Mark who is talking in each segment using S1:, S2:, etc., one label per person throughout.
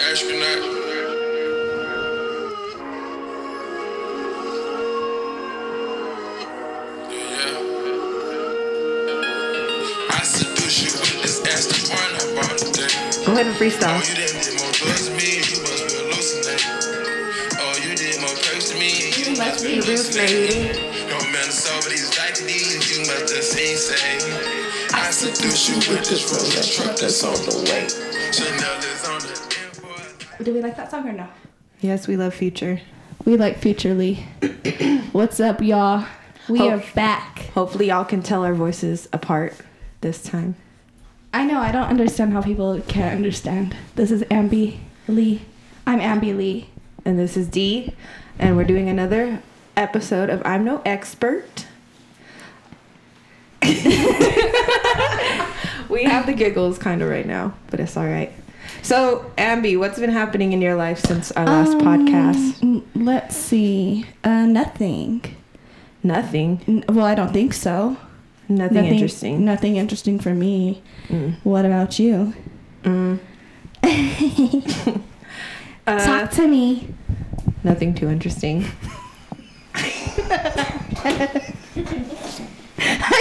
S1: astronaut. Yeah, yeah. I seduce you with this Aston Martin I bought today.
S2: Go ahead and
S1: Oh,
S2: freestyle.
S1: you didn't did more drugs than me, you must be hallucinating. Oh, you did more drugs than me, you must be hallucinating. No man sober, these like these, you must just insane. I seduce you with this Rolex truck that's on the way. Chanel is on the import.
S3: Do we like that song or no?
S2: Yes, we love Future.
S3: We like Future Lee. What's up, y'all? We
S2: Hope-
S3: are back.
S2: Hopefully, y'all can tell our voices apart this time.
S3: I know, I don't understand how people can't understand. This is Ambi Lee. I'm Ambi Lee.
S2: And this is Dee, and we're doing another episode of I'm No Expert. we have the giggles kind of right now, but it's all right. So, Ambi, what's been happening in your life since our last podcast?
S3: Um, Let's see. Uh, nothing.
S2: Nothing.
S3: N- well, I don't think so.
S2: Nothing, interesting.
S3: Nothing interesting for me.
S2: Mm.
S3: What about you?
S2: Mm. Uh,
S3: Talk to me.
S2: Nothing too interesting.
S3: I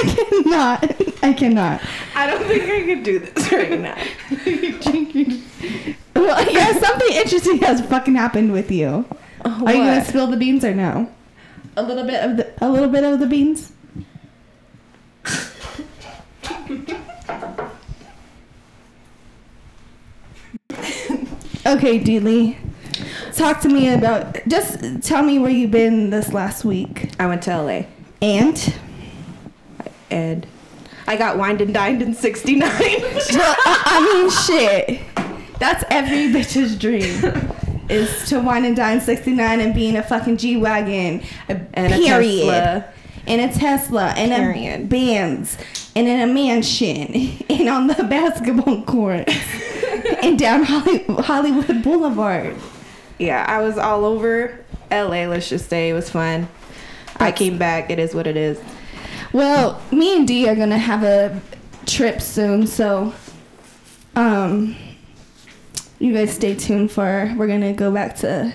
S3: cannot. I cannot.
S2: I don't think I could do this right now.
S3: Well, yeah, something interesting has fucking happened with you. Are you gonna spill the beans or no? A little bit of the a little bit of the beans. okay, Dealey. Talk to me about just tell me where you've been this last week.
S2: I went to LA
S3: And
S2: and I got wined and dined in '69.
S3: well, I, I mean shit. That's every bitch's dream. Is to wine and dine 69 and being a fucking G Wagon.
S2: And a
S3: period.
S2: Tesla.
S3: in a Tesla, in a
S2: Period.
S3: Benz, and in a mansion, and on the basketball court, and down Holly- Hollywood Boulevard.
S2: yeah, I was all over LA. Let's just say it was fun. I
S3: That's-
S2: came back. It is what it is.
S3: Well, me and Dee are gonna have a trip soon, so um, you guys stay tuned for. We're gonna go back to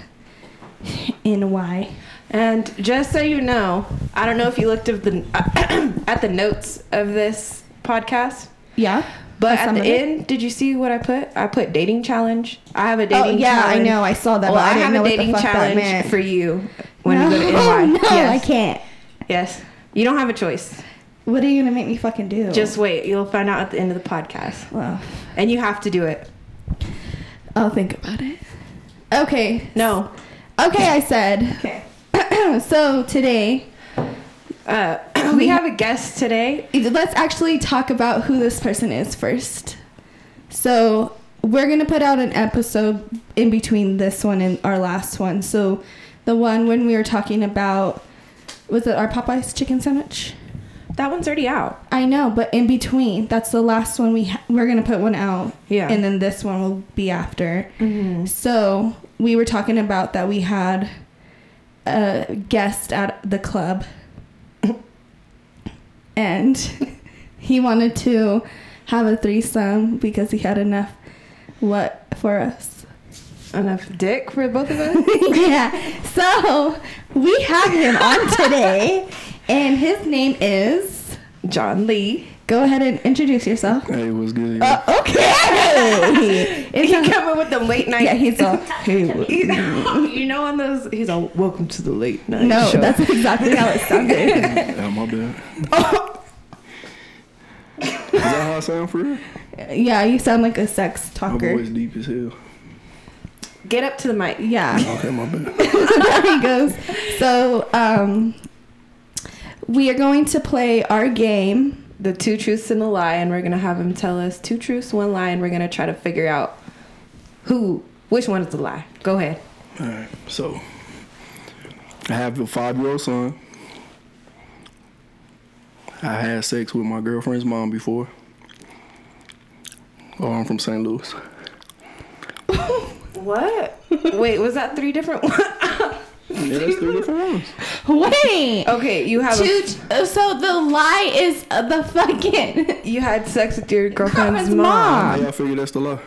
S3: NY.
S2: And just so you know, I don't know if you looked at the at the notes of this podcast,
S3: Yeah,
S2: but
S3: Some
S2: at the
S3: of it?
S2: end, did you see what I put? I put dating challenge. I have a
S3: Oh
S2: dating.
S3: yeah, I
S2: challenge.
S3: know. I saw that.
S2: Well,
S3: but I,
S2: I,
S3: didn't
S2: have
S3: know
S2: a
S3: what the
S2: dating
S3: fuck that
S2: challenge
S3: meant.
S2: for you when you go to
S3: No,
S2: NY.
S3: no,
S2: yes.
S3: I can't.
S2: Yes. You don't have a choice.
S3: What are you gonna make me fucking do?
S2: Just wait. You'll find out at the end of the podcast.
S3: well,
S2: And you have to do it.
S3: I'll think about it. Okay.
S2: No.
S3: Okay, I said.
S2: Okay.
S3: so today,
S2: Uh, we have a guest today.
S3: let's actually talk about who this person is first. So we're gonna put out an episode in between this one and our last one. So the one when we were talking about was it our Popeyes chicken sandwich?
S2: That one's already out.
S3: I know, but in between, that's the last one we ha- we're gonna put one out,
S2: Yeah. Mm-hmm.
S3: and then this one will be after. So we were talking about that we had a guest at the club, and he wanted to have a threesome because he had enough what for us.
S2: Enough dick for both of us.
S3: yeah. So we have him on today, and his name is.
S2: John Lee.
S3: Go ahead and introduce yourself.
S4: Hey, what's good?
S3: Uh, okay.
S2: He
S3: It's a-
S2: come up with the late night.
S3: yeah, he's all.
S4: hey, what?
S2: He's- you know, on those, he's all, welcome to the late night
S3: No,
S2: show."
S3: that's exactly how it sounded.
S4: Yeah, my bad. Is that how I sound for real?
S3: yeah, you sound like a sex
S4: My
S3: talker.
S4: voice deep as hell.
S2: Get up to the mic.
S3: Yeah,
S4: Okay, my bad.
S3: there he goes. So, um, we are going to play our game.
S2: The two truths and a lie, and we're going to have him tell us two truths, one lie, and we're going to try to figure out who, which one is the lie. Go ahead.
S4: All right, so I have a five-year-old son. I had sex with my girlfriend's mom before. Oh, I'm from St. Louis.
S2: What? Wait, was that three different ones?
S4: Yeah, that's three different ones.
S3: Wait.
S2: Okay, you have a,
S3: Two, so the lie is uh, the fucking.
S2: you had sex with your girlfriend's
S3: Girlfriend's
S2: mom.
S3: mom.
S4: How y'all figure that's the lie?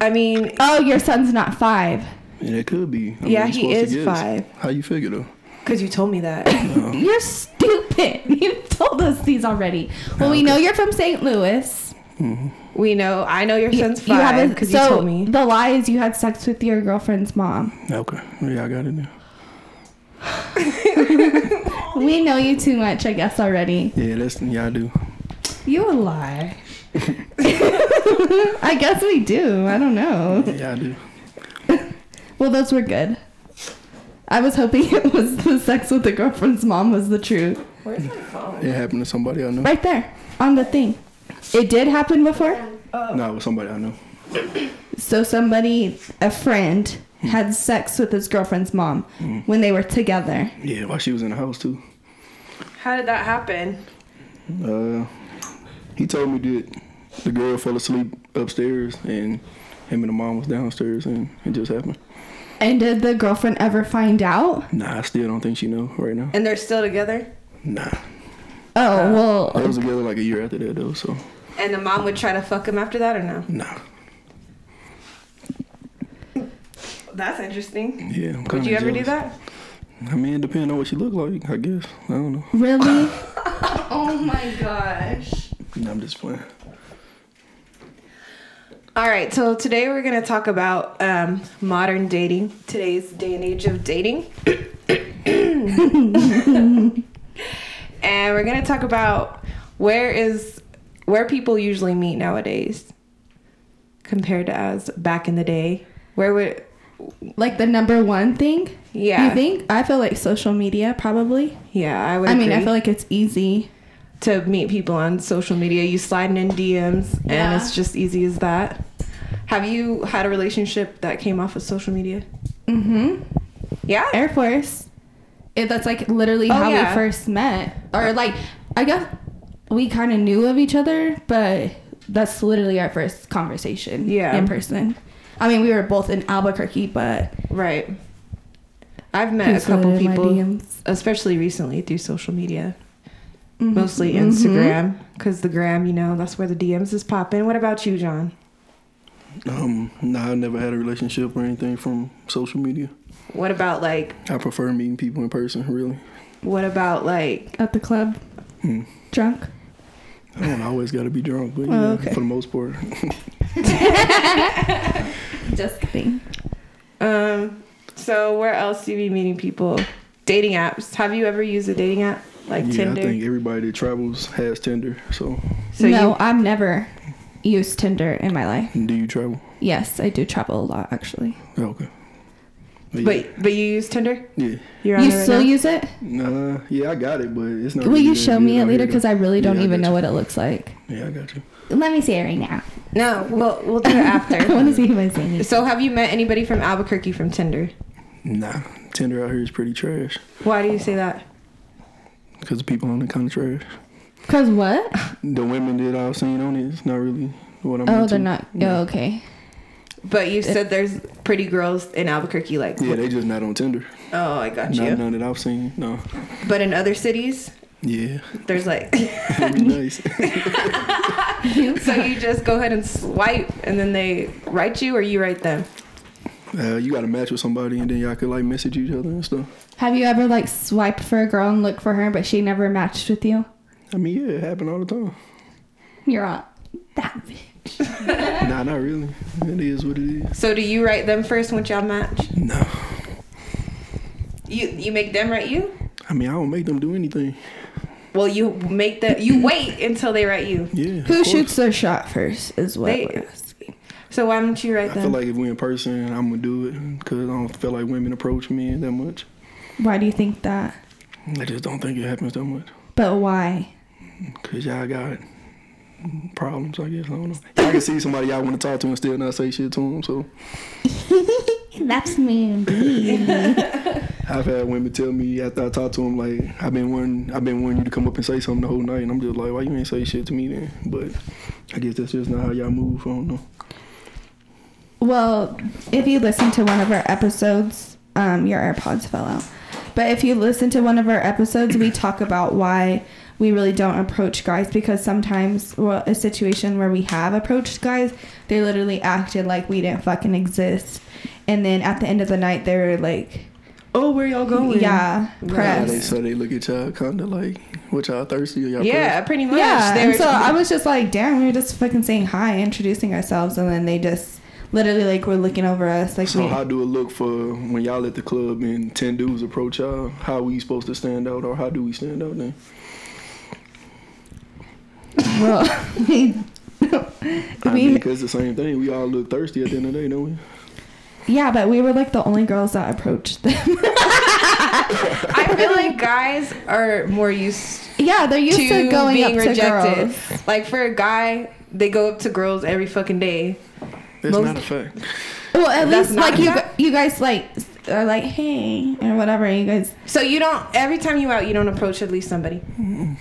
S2: I mean,
S3: Oh, your son's not five.
S4: And it could be. I
S2: Yeah,
S4: it's
S2: he
S4: supposed to
S2: is
S4: guess.
S2: five.
S4: How you figure though?
S2: because you told me that.
S3: You're stupid. You've told us these already. Well, we know you're from St. Louis.
S2: we know. I know your son's
S3: You have
S2: five
S3: a-
S2: because you,
S3: so
S2: told me.
S3: the lie is you had sex with your girlfriend's mom.
S4: Okay. Yeah, I got it now.
S3: We know you too much, I guess already.
S4: Yeah, that's yeah I do.
S3: You a lie. I guess we do. I don't know.
S4: Yeah, I do.
S3: Well, those were good. I was hoping it was the sex with the girlfriend's mom was the truth.
S2: Where's my phone?
S4: It happened to somebody I know.
S3: Right there on the thing. It did happen before.
S4: No, it was somebody I know.
S3: So somebody, a friend, had sex with his girlfriend's mom when they were together.
S4: Yeah, while she was in the house too.
S2: How did that happen?
S4: Uh, he told me that the girl fell asleep upstairs and him and the mom was downstairs and it just happened.
S3: And did the girlfriend ever find out?
S4: Nah, I still don't think she know right now.
S2: And they're still together.
S4: Nah.
S2: Uh.
S3: Oh
S4: They
S3: well.
S4: was together like a year after that though, so
S2: And the mom would try to fuck him after that or no?
S4: nah.
S2: That's interesting.
S4: Yeah, I'm
S2: Would
S4: kinda
S2: you ever do
S4: jealous.
S2: that?
S4: I mean, it depends on what she look like, I guess. I don't know.
S3: Really? oh my gosh.
S4: Nah, I'm just playing.
S2: All right, so today we're going to talk about um, modern dating, today's day and age of dating. and we're going to talk about where is where people usually meet nowadays compared to us back in the day. Where would
S3: Like the number one thing?
S2: Yeah.
S3: You think? I feel like social media probably.
S2: yeah, I would
S3: I mean, I
S2: agree.
S3: feel like it's easy.
S2: to meet people on social media. You sliding in DMs,
S3: Yeah.
S2: and it's just easy as that. Have you had a relationship that came off of social media?
S3: Mm-hmm.
S2: Yeah.
S3: Air Force. It, that's like literally
S2: Oh,
S3: how
S2: yeah.
S3: we first met, or like I guess we kind of knew of each other, but that's literally our first conversation.
S2: Yeah.
S3: in person. I mean, we were both in Albuquerque, but
S2: Right. I've met
S3: He's
S2: a couple
S3: slid in my
S2: people,
S3: DMs.
S2: especially recently through social media,
S3: Mm-hmm.
S2: mostly Instagram, because the gram, you know, that's where the DMs is popping. What about you, John?
S4: Um, nah, I never had a relationship or anything from social media.
S2: What about like,
S4: I prefer meeting people in person, really.
S2: what about like,
S3: at the club,
S4: Hmm.
S3: drunk.
S4: I don't always got to be drunk, but
S3: Oh,
S4: yeah,
S3: okay.
S4: for the most part,
S3: Just kidding.
S2: um, so where else do you be meeting people? Dating apps. Have you ever used a dating app like
S4: yeah,
S2: Tinder?
S4: I think everybody that travels has Tinder. So,
S2: So
S3: no,
S2: you-
S3: I've never used Tinder in my life.
S4: do you travel?
S3: Yes, I do travel a lot actually.
S4: Oh, okay. yeah,
S2: But but you use Tinder?
S4: yeah,
S2: You're
S3: You
S2: it right
S3: still
S2: now?
S3: use it?
S4: nah, yeah, I got it, but it's not.
S3: Will
S4: really
S3: you
S4: that
S3: show
S4: good
S3: me it
S4: out
S3: later?
S4: here, though.
S3: Because I really don't
S4: Yeah,
S3: even
S4: got
S3: know
S4: you.
S3: what it looks like.
S4: Yeah, I got you.
S3: Let me see it right now.
S2: No, we'll we'll do it
S3: I want
S2: after.
S3: to see who I see.
S2: so have you met anybody from Albuquerque from Tinder?
S4: Nah, Tinder out here is pretty trash
S2: Why do you say that?
S4: because the people on it kind of trash.
S3: Cause what?
S4: The women that I've seen on it, it's not really what I'm.
S3: Oh,
S4: into.
S3: they're not. Oh, okay.
S2: But you said there's pretty girls in Albuquerque, like
S4: Yeah, they just not on Tinder.
S2: oh I got
S4: Not
S2: you.
S4: none that I've seen. No.
S2: But in other cities,
S4: Yeah,
S2: there's like
S4: it'd be nice.
S2: so you just go ahead and swipe and then they write you or you write them.
S4: uh, you got to match with somebody, and then y'all could like message each other and stuff.
S3: Have you ever like swiped for a girl and looked for her, but she never matched with you?
S4: I mean, yeah, it happened all the time.
S3: You're on that bitch.
S4: nah, not really. It is what it is.
S2: So do you write them first once y'all match?
S4: No.
S2: You you make them write you?
S4: I mean, I don't make them do anything.
S2: Well you make them you wait until they write you.
S4: Yeah. of
S3: Who
S4: course.
S3: shoots their shot first is what
S2: They-
S3: we're asking.
S2: So why don't you write
S4: I feel
S2: them?
S4: like if we in person, I'm gonna do it because I don't feel like women approach me that much.
S3: Why do you think that?
S4: I just don't think it happens that much.
S3: But why?
S4: Cause y'all got problems, I guess. I don't know. Y'all can see somebody y'all want to talk to and still not say shit to them. So
S3: That's me indeed.
S4: I've had women tell me after I talk to them, like I've been wanting, I've been wanting you to come up and say something the whole night, and I'm just like, why you ain't say shit to me then? But I guess that's just not how y'all move. I don't know.
S3: well, if you listen to one of our episodes, um, your AirPods fell out. But if you listen to one of our episodes, we talk about why we really don't approach guys because sometimes well, a situation where we have approached guys, they literally acted like we didn't fucking exist, and then at the end of the night they were like,
S2: Oh, where y'all going?
S3: yeah,
S4: Yeah, they,
S3: pressed.
S4: so they look at y'all kind of like, what y'all thirsty or y'all
S2: Yeah, pretty much.
S3: Yeah,
S2: They
S3: and
S2: were-
S3: so I was just like, damn, we were just fucking saying hi, introducing ourselves, and then they just literally like were looking over us like.
S4: thirsty? So
S3: we-
S4: how do it look for when y'all at the club and ten dudes approach y'all? How we supposed to stand out or how do we stand out then?
S3: Well, I mean,
S4: I mean, because it's the same thing. We all look thirsty at the end of the day, don't we?
S3: yeah, but we were like the only girls that approached them.
S2: I feel like guys are more used
S3: yeah, they're used
S2: to
S3: to, going
S2: being
S3: up to
S2: rejected.
S3: girls.
S2: Like for a guy, they go up to girls every fucking day.
S4: That's
S2: Most-
S4: not a fact.
S3: Well, at
S2: That's
S3: least
S2: not
S3: like you,
S2: bad.
S3: gu- you guys like s- are like hey or whatever. You guys,
S2: So you don't every time you out, you don't approach at least somebody.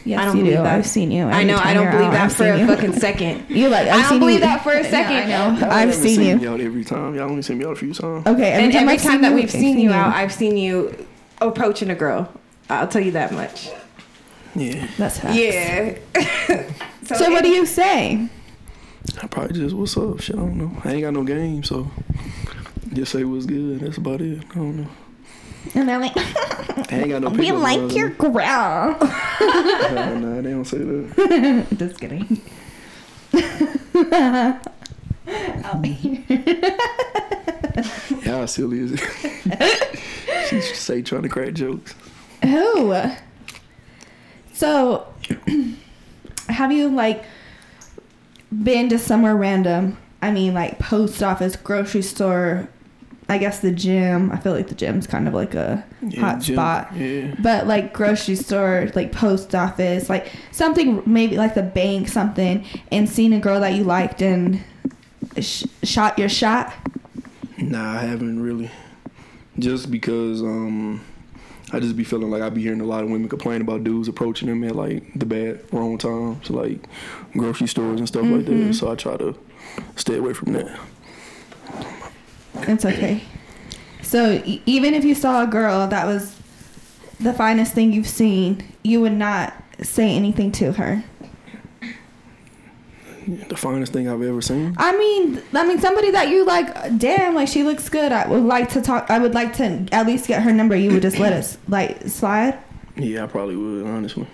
S3: yes,
S2: I don't
S3: you
S2: believe
S3: do.
S2: that.
S3: I've seen you.
S2: I
S3: every
S2: know. I
S3: time
S2: don't
S3: you're
S2: believe
S3: out,
S2: that
S3: I've
S2: for
S3: seen
S2: a
S3: you.
S2: fucking second.
S3: You like? I've
S2: I don't
S3: seen
S2: believe
S3: you.
S2: that for a
S3: Yeah,
S2: second.
S3: I know.
S4: Y'all
S3: I've
S4: haven't
S3: seen
S4: seen
S3: you. Oh.
S4: me out every time. Y'all only seen me out a few times.
S3: Okay,
S2: and every
S3: I've
S2: time
S3: seen
S2: that
S3: you,
S2: we've
S3: I've
S2: seen you out, I've seen you approaching a girl. I'll tell you that much.
S4: Yeah,
S3: that's facts.
S2: Yeah.
S3: So what do you say?
S4: I probably just what's up. Shit, I don't know. I ain't got no game, so just say what's good. That's about it. I don't know.
S3: And they're like,
S4: I ain't got no.
S3: we
S4: pickup
S3: like
S4: lines.
S3: your growl.
S4: Nah, nah, they don't say that.
S3: Just kidding.
S4: How silly is it? she say trying to crack jokes.
S3: Who? So, have you like been to somewhere random? I mean, like post office, grocery store. I guess the gym. I feel like the gym's kind of like a
S4: Yeah,
S3: hot
S4: Jim-
S3: spot.
S4: Yeah.
S3: But like grocery store, like post office, like something maybe like the bank, something, and seen a girl that you liked and sh- shot your shot.
S4: Nah, I haven't really. Just because um, I just be feeling like I be hearing a lot of women complain about dudes approaching them at like the bad wrong times, like grocery stores and stuff like
S3: Mm-hmm.
S4: that. So I try to stay away from that.
S3: It's okay. So e- even if you saw a girl that was the finest thing you've seen, you would not say anything to her.
S4: The finest thing I've ever seen.
S3: I mean, I mean somebody that you like, damn, like she looks good. I would like to talk. I would like to at least get her number. You would just let us like slide.
S4: Yeah, I probably would honestly.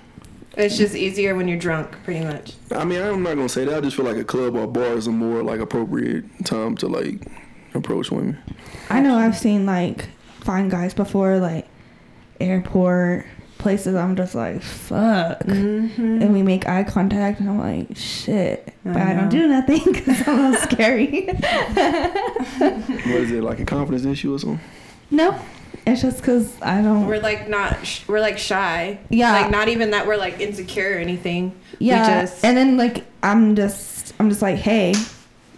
S2: It's just easier when you're drunk, pretty much.
S4: I mean, I'm not gonna say that. I just feel like a club or a bar is a more like appropriate time to like approach women.
S3: I know I've seen like fine guys before, like airport places. I'm just like fuck,
S2: Mm-hmm.
S3: and we make eye contact, and I'm like shit,
S2: I
S3: but I don't
S2: know.
S3: do nothing because I'm all scary.
S4: What is it like a confidence issue or something?
S3: No, it's just because I don't.
S2: We're like not. Sh- we're like shy.
S3: Yeah.
S2: Like not even that we're like insecure or anything. We
S3: yeah,
S2: just-
S3: and then like I'm just, I'm just like, hey,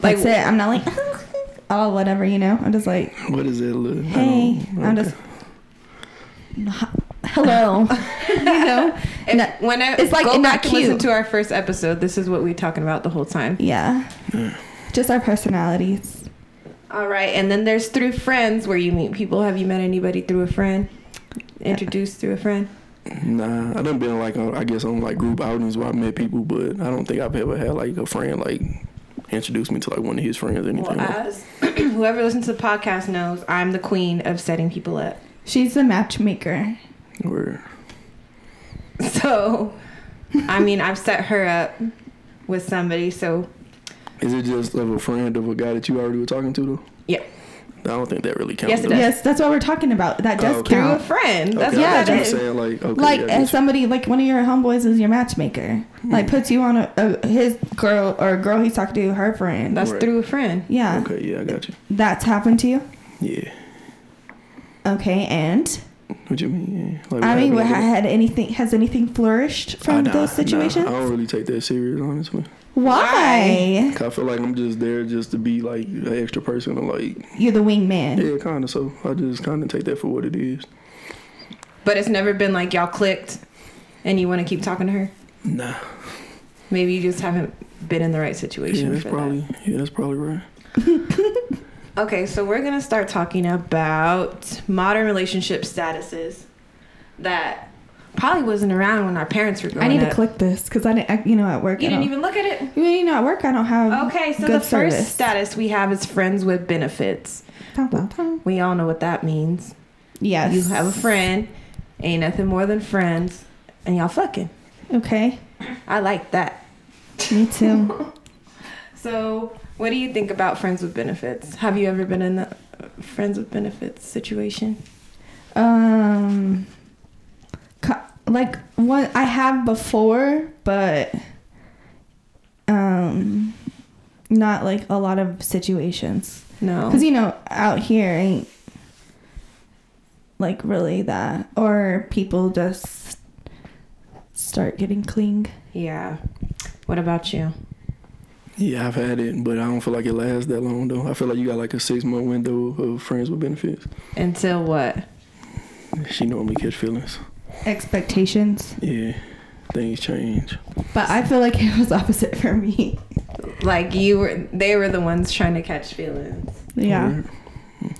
S2: Like-
S3: that's it. I'm not like, oh, whatever, you know. I'm just like,
S4: What is it? Look, I
S3: hey,
S4: don't-
S3: I'm just, hello, you know.
S2: If,
S3: No,
S2: when I,
S3: it's like
S2: go
S3: not
S2: back and listen
S3: cute.
S2: to our first episode, this is what we talking about the whole time.
S3: yeah, just our personalities.
S2: All right, and then there's through friends where you meet people. Have you met anybody through a friend? Introduced through a friend?
S4: Nah, I done been like on, I guess on like group outings where I met people, but I don't think I've ever had like a friend like introduce me to like one of his friends or anything.
S2: Well,
S4: like-
S2: as whoever listens to the podcast knows, I'm the queen of setting people up.
S3: She's the matchmaker.
S4: or
S2: So, I mean, I've set her up with somebody. So,
S4: is it just of a friend of a guy that you already were talking to though?
S2: yeah,
S4: I don't think that really counts.
S2: Yes, it
S4: though.
S2: does.
S3: Yes, that's what we're talking about. That does
S4: Oh, okay.
S2: through a
S3: count.
S2: friend. That's
S4: Okay, I
S2: what
S4: thought you
S2: that
S4: were
S2: is.
S4: saying like okay,
S3: like
S4: yeah,
S3: as
S4: Hmm. I get you.
S3: somebody like one of your homeboys is your matchmaker like puts you on a, a his girl or a girl he's talking to her friend
S2: That's
S4: Right.
S2: through a friend.
S3: yeah
S4: okay, yeah, I got you.
S3: that's happened to you
S4: Yeah,
S3: okay and
S4: what you mean? Yeah. Like,
S3: i mean what,
S4: happened?
S3: had anything has anything flourished
S4: Ah,
S3: from
S4: nah,
S3: those
S4: nah,
S3: situations
S4: I don't really take that serious, honestly.
S3: why?
S4: 'Cause I feel like I'm just there just to be like an extra person, and like
S3: you're the wingman
S4: yeah, kind of. So I just kind of take that for what it is.
S2: But it's never been like y'all clicked and you want to keep talking to her.
S4: Nah,
S2: Maybe you just haven't been in the right
S4: yeah,
S2: situation
S4: that's
S2: for
S4: probably yeah, that's probably right.
S2: that. Okay, so we're going to start talking about modern relationship statuses that probably wasn't around when our parents were growing
S3: I need to
S2: up.
S3: click this because I didn't, I, you know, at work.
S2: You
S3: I
S2: didn't
S3: don't-
S2: even look at it.
S3: You mean, you know, at work I don't have.
S2: Okay, so
S3: Um, good
S2: the first
S3: service.
S2: status we have is friends with benefits.
S3: Dun, dun, dun.
S2: We all know what that means.
S3: Yes.
S2: You have a friend, ain't nothing more than friends, and y'all fucking.
S3: Okay.
S2: I like that.
S3: Me too.
S2: So, what do you think about friends with benefits? Have you ever been in a friends with benefits situation?
S3: um, co- like one I have before, but um, not like a lot of situations.
S2: No.
S3: Because you know, out here ain't like really that, or people just start getting cling.
S2: Yeah. What about you?
S4: Yeah, I've had it, but I don't feel like it lasts that long though. I feel like you got like a six month window of friends with benefits.
S2: Until what?
S4: She normally catch feelings.
S3: expectations.
S4: Yeah, things change.
S3: But I feel like it was opposite for me.
S2: Like you were, they were the ones trying to catch feelings.
S3: Yeah.
S4: Word.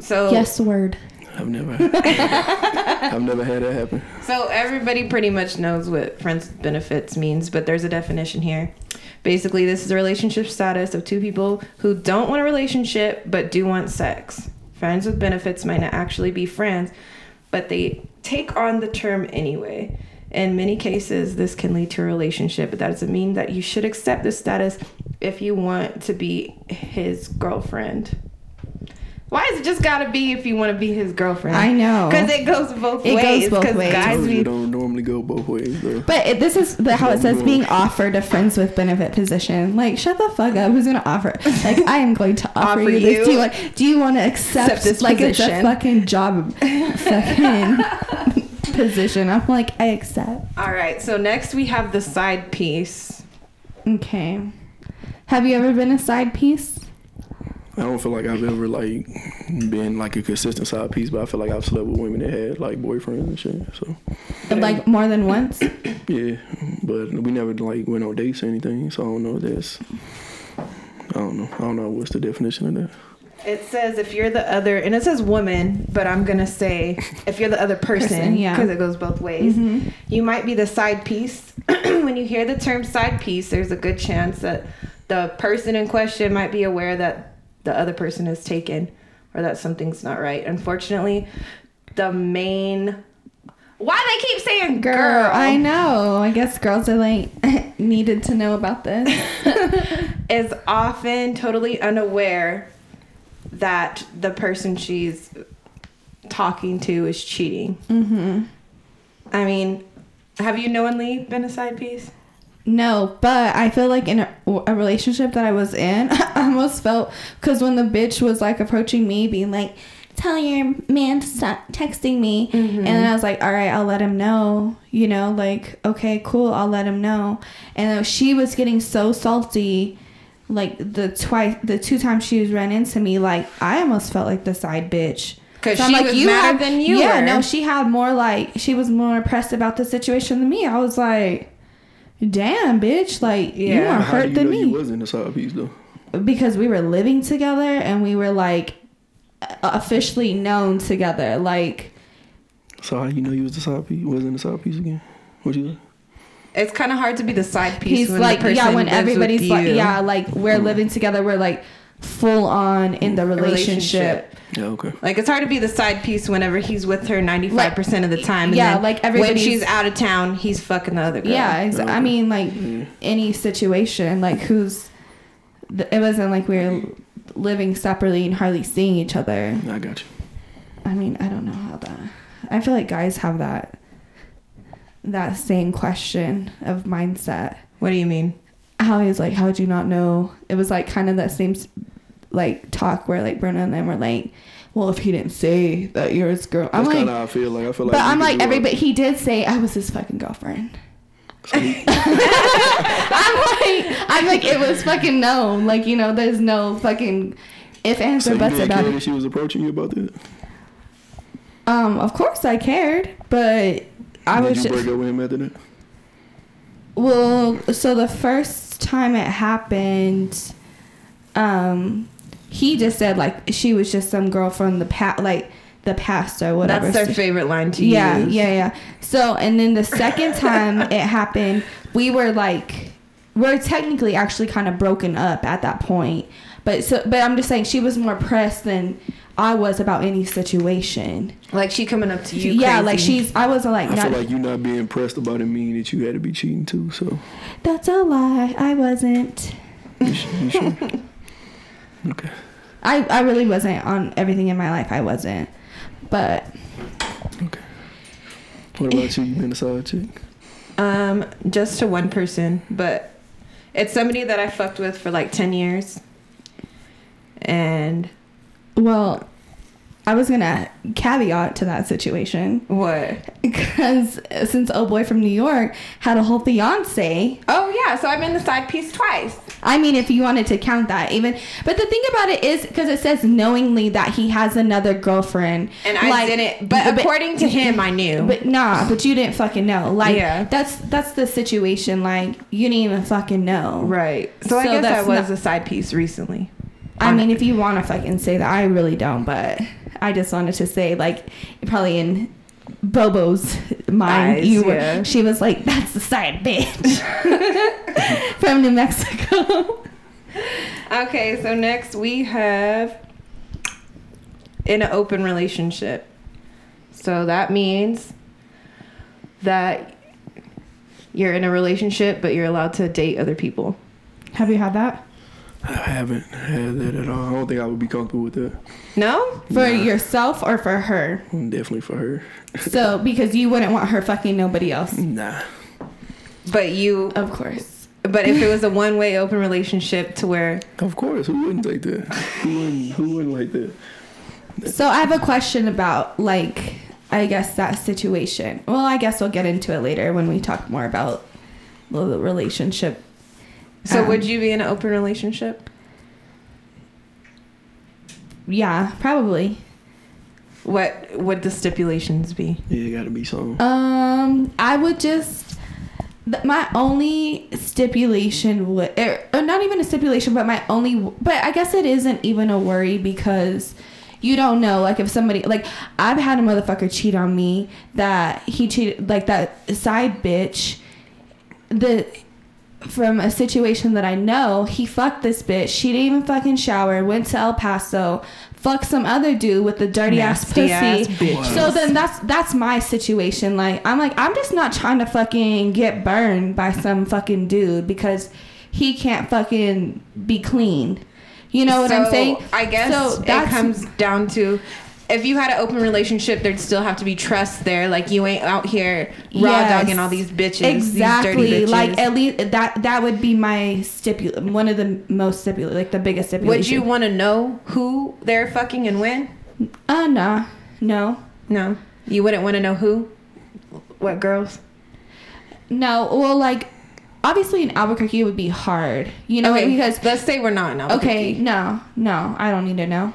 S2: So
S3: Yes, word.
S4: I've never. I've never had that happen.
S2: So everybody pretty much knows what friends with benefits means, but there's a definition here. Basically, this is a relationship status of two people who don't want a relationship but do want sex. Friends with benefits might not actually be friends, but they take on the term anyway. In many cases, this can lead to a relationship, but that doesn't mean that you should accept this status if you want to be his girlfriend. Why is it just gotta be if you want to be his girlfriend?
S3: I know.
S2: because it goes both
S3: It goes
S2: ways.
S3: both
S2: 'cause
S3: ways.
S2: guys
S4: Told you
S2: be-
S4: it don't normally go both ways though.
S3: But it, this is the, how it says being
S2: Oh.
S3: offered a friends with benefit position. Like, shut the fuck up. Who's gonna offer? Like, I am going to offer,
S2: Offer
S3: you this.
S2: you-
S3: Do you want? Do you want to accept,
S2: Accept this
S3: like it's a
S2: position.
S3: fucking job, fucking position? I'm like, I accept.
S2: All right. So next we have the side piece.
S3: Okay. Have you ever been a side piece?
S4: I don't feel like I've ever like been like a consistent side piece, but I feel like I've slept with women that had like boyfriends and shit. So
S3: Like more than once?
S4: yeah, but we never like went on dates or anything. So I don't know. If that's I don't know. I don't know what's the definition of that.
S2: It says if you're the other, and it says woman, but I'm gonna say if you're the other person,
S3: Person, yeah. Mm-hmm.
S2: because it goes both ways. You might be the side piece. when you hear the term side piece, there's a good chance that the person in question might be aware that the other person is taken, or that something's not right. Unfortunately, the main. Why they keep saying girl?
S3: Girl, I know. I guess girls are like needed to know about this.
S2: is often totally unaware that the person she's talking to is cheating. Mm-hmm. I mean, have you knowingly been a side piece?
S3: No, but I feel like in a, a relationship that I was in, I almost felt because when the bitch was like approaching me, being like, "Tell your man to stop texting me,"
S2: Mm-hmm.
S3: and then I was like, "All right, I'll let him know." You know, like, okay, cool, I'll let him know. And then she was getting so salty, like the twice, the two times she was ran into me, like I almost felt like the side bitch.
S2: 'Cause
S3: I'm
S2: she was madder
S3: have-
S2: than you
S3: Yeah,
S2: were.
S3: no, she had more like she was more impressed about the situation than me. I was like damn bitch like you
S2: Yeah.
S3: are
S4: How do
S3: hurt
S4: you
S3: than
S4: know you
S3: me
S4: wasn't a side piece though?
S3: because we were living together and we were like o- officially known together like
S4: So how you know you was the side piece? Wasn't the side piece again? What you?
S2: It's kind of hard to be the side piece
S3: he's
S2: when
S3: like
S2: the person
S3: yeah when
S2: lives
S3: everybody's
S2: with
S3: like
S2: you.
S3: yeah like we're living together we're like full on in the relationship,
S4: Yeah, okay.
S2: Like it's hard to be the side piece whenever he's with her ninety five percent of the time. And
S3: yeah,
S2: then
S3: like
S2: when
S3: everybody's-
S2: she's out of town, he's fucking the other girl.
S3: yeah ex- i
S4: Okay.
S3: mean like any situation like who's th- it wasn't like we were living separately and hardly seeing each other
S4: I got you.
S3: I mean, I don't know how that. I feel like guys have that that same question of mindset.
S2: What do you mean?
S3: How is like, how would you not know? It was like kind of that same s- like talk where like Bruna and them were like, well, if he didn't say that you're his girl, I'm
S4: That's kind of
S3: like,
S4: how I feel. Like I feel like.
S3: but
S4: we
S3: I'm
S4: could
S3: like
S4: do a-
S3: everybody. He did say I was his fucking girlfriend.
S4: So we-
S3: I'm like, I'm like, it was fucking known. Like you know, there's no fucking if ands
S4: so
S3: or
S4: you
S3: buts
S4: didn't
S3: about
S4: care
S3: it.
S4: that she was approaching you about this?
S3: Um, of course I cared, but I
S4: Did
S3: was
S4: you
S3: just.
S4: break up with him after that?
S3: Well, so the first time it happened, um, he just said like she was just some girl from the past, like the pastor, whatever.
S2: That's their favorite line to
S3: yeah,
S2: use.
S3: yeah, yeah. So, and then the second time it happened, we were like, we're technically actually kind of broken up at that point. But so, but I'm just saying she was more pressed than I was about any situation.
S2: Like she coming up to you.
S3: yeah, like
S2: crazy.
S3: she's. I wasn't like.
S4: I
S3: not-
S4: feel like you not being impressed about it mean that you had to be cheating too. So
S3: That's a lie. I wasn't.
S4: you sh- you sure? okay.
S3: I, I really wasn't on everything in my life. I wasn't. But
S4: What about you? You been a side chick?
S2: Um, just to one person, but it's somebody that I fucked with for like ten years, and
S3: well, I was gonna caveat to that situation
S2: what?
S3: because since old boy from New York had a whole fiance,
S2: Oh yeah, so I'm in the side piece twice.
S3: I mean, if you wanted to count that, even. But the thing about it is, because it says knowingly that he has another girlfriend,
S2: And I
S3: like-
S2: didn't, but, according to him, I knew.
S3: But nah, but you didn't fucking know. Like
S2: Yeah.
S3: that's that's the situation. Like you didn't even fucking know.
S2: right. So, I
S3: So
S2: guess I
S3: that's
S2: was
S3: not-
S2: a side piece recently.
S3: I mean, if you want to fucking say that, I really don't. But I just wanted to say, like, probably in Bobo's mind,
S2: Eyes,
S3: you were.
S2: yeah.
S3: She was like, "That's the side bitch from New Mexico."
S2: Okay, so next we have in an open relationship. So that means that you're in a relationship, but you're allowed to date other people.
S3: Have you had that
S4: I haven't had that at all. I don't think I would be comfortable with that.
S2: No?
S3: for
S4: Nah.
S3: yourself or for her?
S4: Definitely for her.
S3: So because you wouldn't want her fucking nobody else,
S4: Nah.
S2: But you,
S3: of course.
S2: but if it was a one way open relationship to where,
S4: Of course, who wouldn't like that? Who wouldn't? Who wouldn't like that?
S3: So I have a question about like. I guess that situation. Well, I guess we'll get into it later when we talk more about the relationship
S2: so
S3: Um,
S2: would you be in an open relationship?
S3: Yeah, probably.
S2: What would the stipulations be?
S4: Yeah, it gotta be something.
S3: Um, I would just th- my only stipulation would, er, or not even a stipulation, but my only, but I guess it isn't even a worry because you don't know. Like if somebody, like I've had a motherfucker cheat on me that he cheated, like that side bitch. The from a situation that I know, he fucked this bitch. She didn't even fucking shower. Went to El Paso, fucked some other dude with the dirty ass
S2: Nasty
S3: pussy.
S2: ass bitches.
S3: so then that's that's my situation. Like I'm like I'm just not trying to fucking get burned by some fucking dude because he can't fucking be clean. You know what I'm
S2: So,
S3: saying?
S2: I guess
S3: so.
S2: it
S3: That's
S2: comes down to if you had an open relationship, there'd still have to be trust there. Like you ain't out here raw
S3: Yes.
S2: dogging all these bitches,
S3: exactly.
S2: These dirty bitches.
S3: Like at least that that would be my stipul one of the most stipul like the biggest stipulation.
S2: would you want to know who they're fucking and when?
S3: Uh, nah, no.
S2: No, you wouldn't want to know who. What girls?
S3: No, well, like obviously in Albuquerque it would be hard, you know, because
S2: let's say we're not in Albuquerque.
S3: okay, no, no, I don't need to know.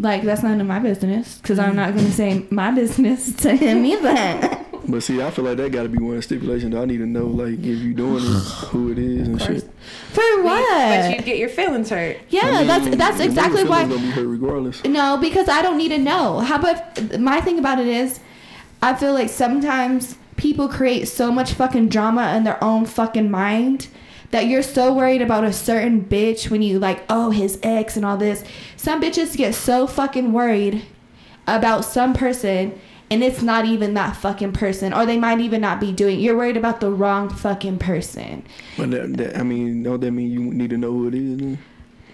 S3: Like that's none of my business because I'm not gonna say
S2: Mm.
S3: my business to him either.
S4: But see, I feel like that gotta be one stipulation. That I need to know, like, if you doing it, who it is and shit.
S3: For
S2: But you
S3: what?
S2: get your feelings hurt.
S3: Yeah,
S4: I mean,
S3: that's that's
S4: the nigga
S3: exactly
S4: feelings
S3: why.
S4: Gonna be hurt regardless.
S3: No, because I don't need to know. How about my thing about it is, I feel like sometimes people create so much fucking drama in their own fucking mind that you're so worried about a certain bitch when you like, oh, his ex and all this. Some bitches get so fucking worried about some person and it's not even that fucking person or they might even not be doing you're worried about the wrong fucking person
S4: But that, that, I mean, don't that mean you need to know who it is? Then?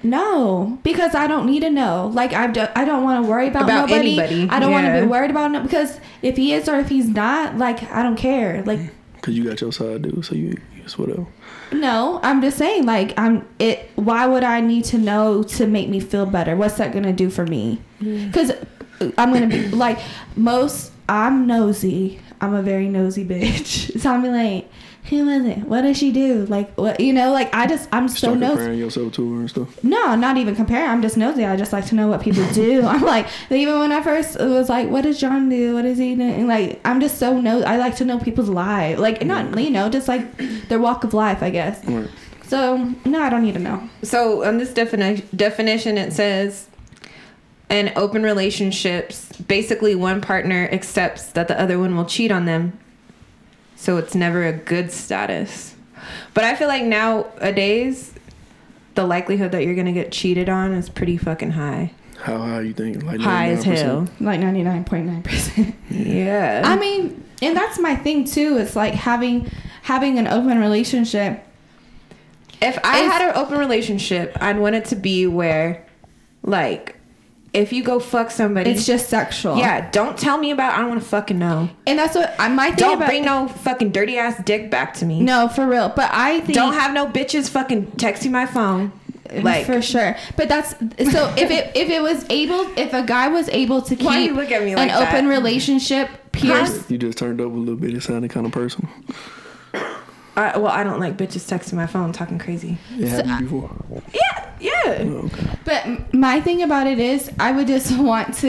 S3: No, because I don't need to know. Like I don't, I don't want to worry about,
S2: About
S3: nobody.
S2: anybody,
S3: I don't want to
S2: yeah.
S3: be worried about no because if he is or if he's not, like I don't care. Like
S4: Cause you got your side dude, so you it's whatever.
S3: no, I'm just saying. Like I'm it. Why would I need to know to make me feel better? What's that gonna do for me? Because I'm gonna be like most. I'm nosy. I'm a very nosy bitch. So I'm like, who is it? What does she do? Like what? You know? Like I just I'm so
S4: Start
S3: nosy.
S4: comparing yourself to her and stuff.
S3: No, not even compare. I'm just nosy. I just like to know what people do. I'm like, even when I first was like, what does John do? What does he do? And like, I'm just so nosy. I like to know people's lives. Like, not, you know, just like their walk of life, I guess.
S4: Right.
S3: So, no, I don't need to know.
S2: So on this defini- definition, it says and open relationships, basically one partner accepts that the other one will cheat on them. So it's never a good status. But I feel like nowadays, the likelihood that you're gonna get cheated on is pretty fucking high.
S4: How high you think? Like
S2: High as
S4: 99%?
S2: hell.
S3: Like 99.9%.
S2: Yeah.
S3: I mean, and that's my thing too. It's like having having an open relationship.
S2: If I
S3: If-
S2: had an open relationship, I'd want it to be where, like, if you go fuck somebody,
S3: It's just sexual.
S2: Mm-hmm. yeah, don't tell me about. it. I don't want to fucking know.
S3: And that's what I my thing
S2: Don't
S3: about
S2: bring no fucking dirty ass dick back to me.
S3: No, for real. But I think
S2: don't have no bitches fucking texting my phone. Like,
S3: for sure. But that's so if it if it was able if a guy was able to keep
S2: Why you look at me like
S3: an open
S2: that?
S3: relationship
S2: Huh?
S3: pierce
S4: You just turned up a little bit. It sounded kind of personal.
S2: I, well, I don't like bitches texting my phone talking crazy.
S4: It happened before.
S2: Yeah, yeah.
S4: Oh, okay.
S3: But m- my thing about it is, I would just want to,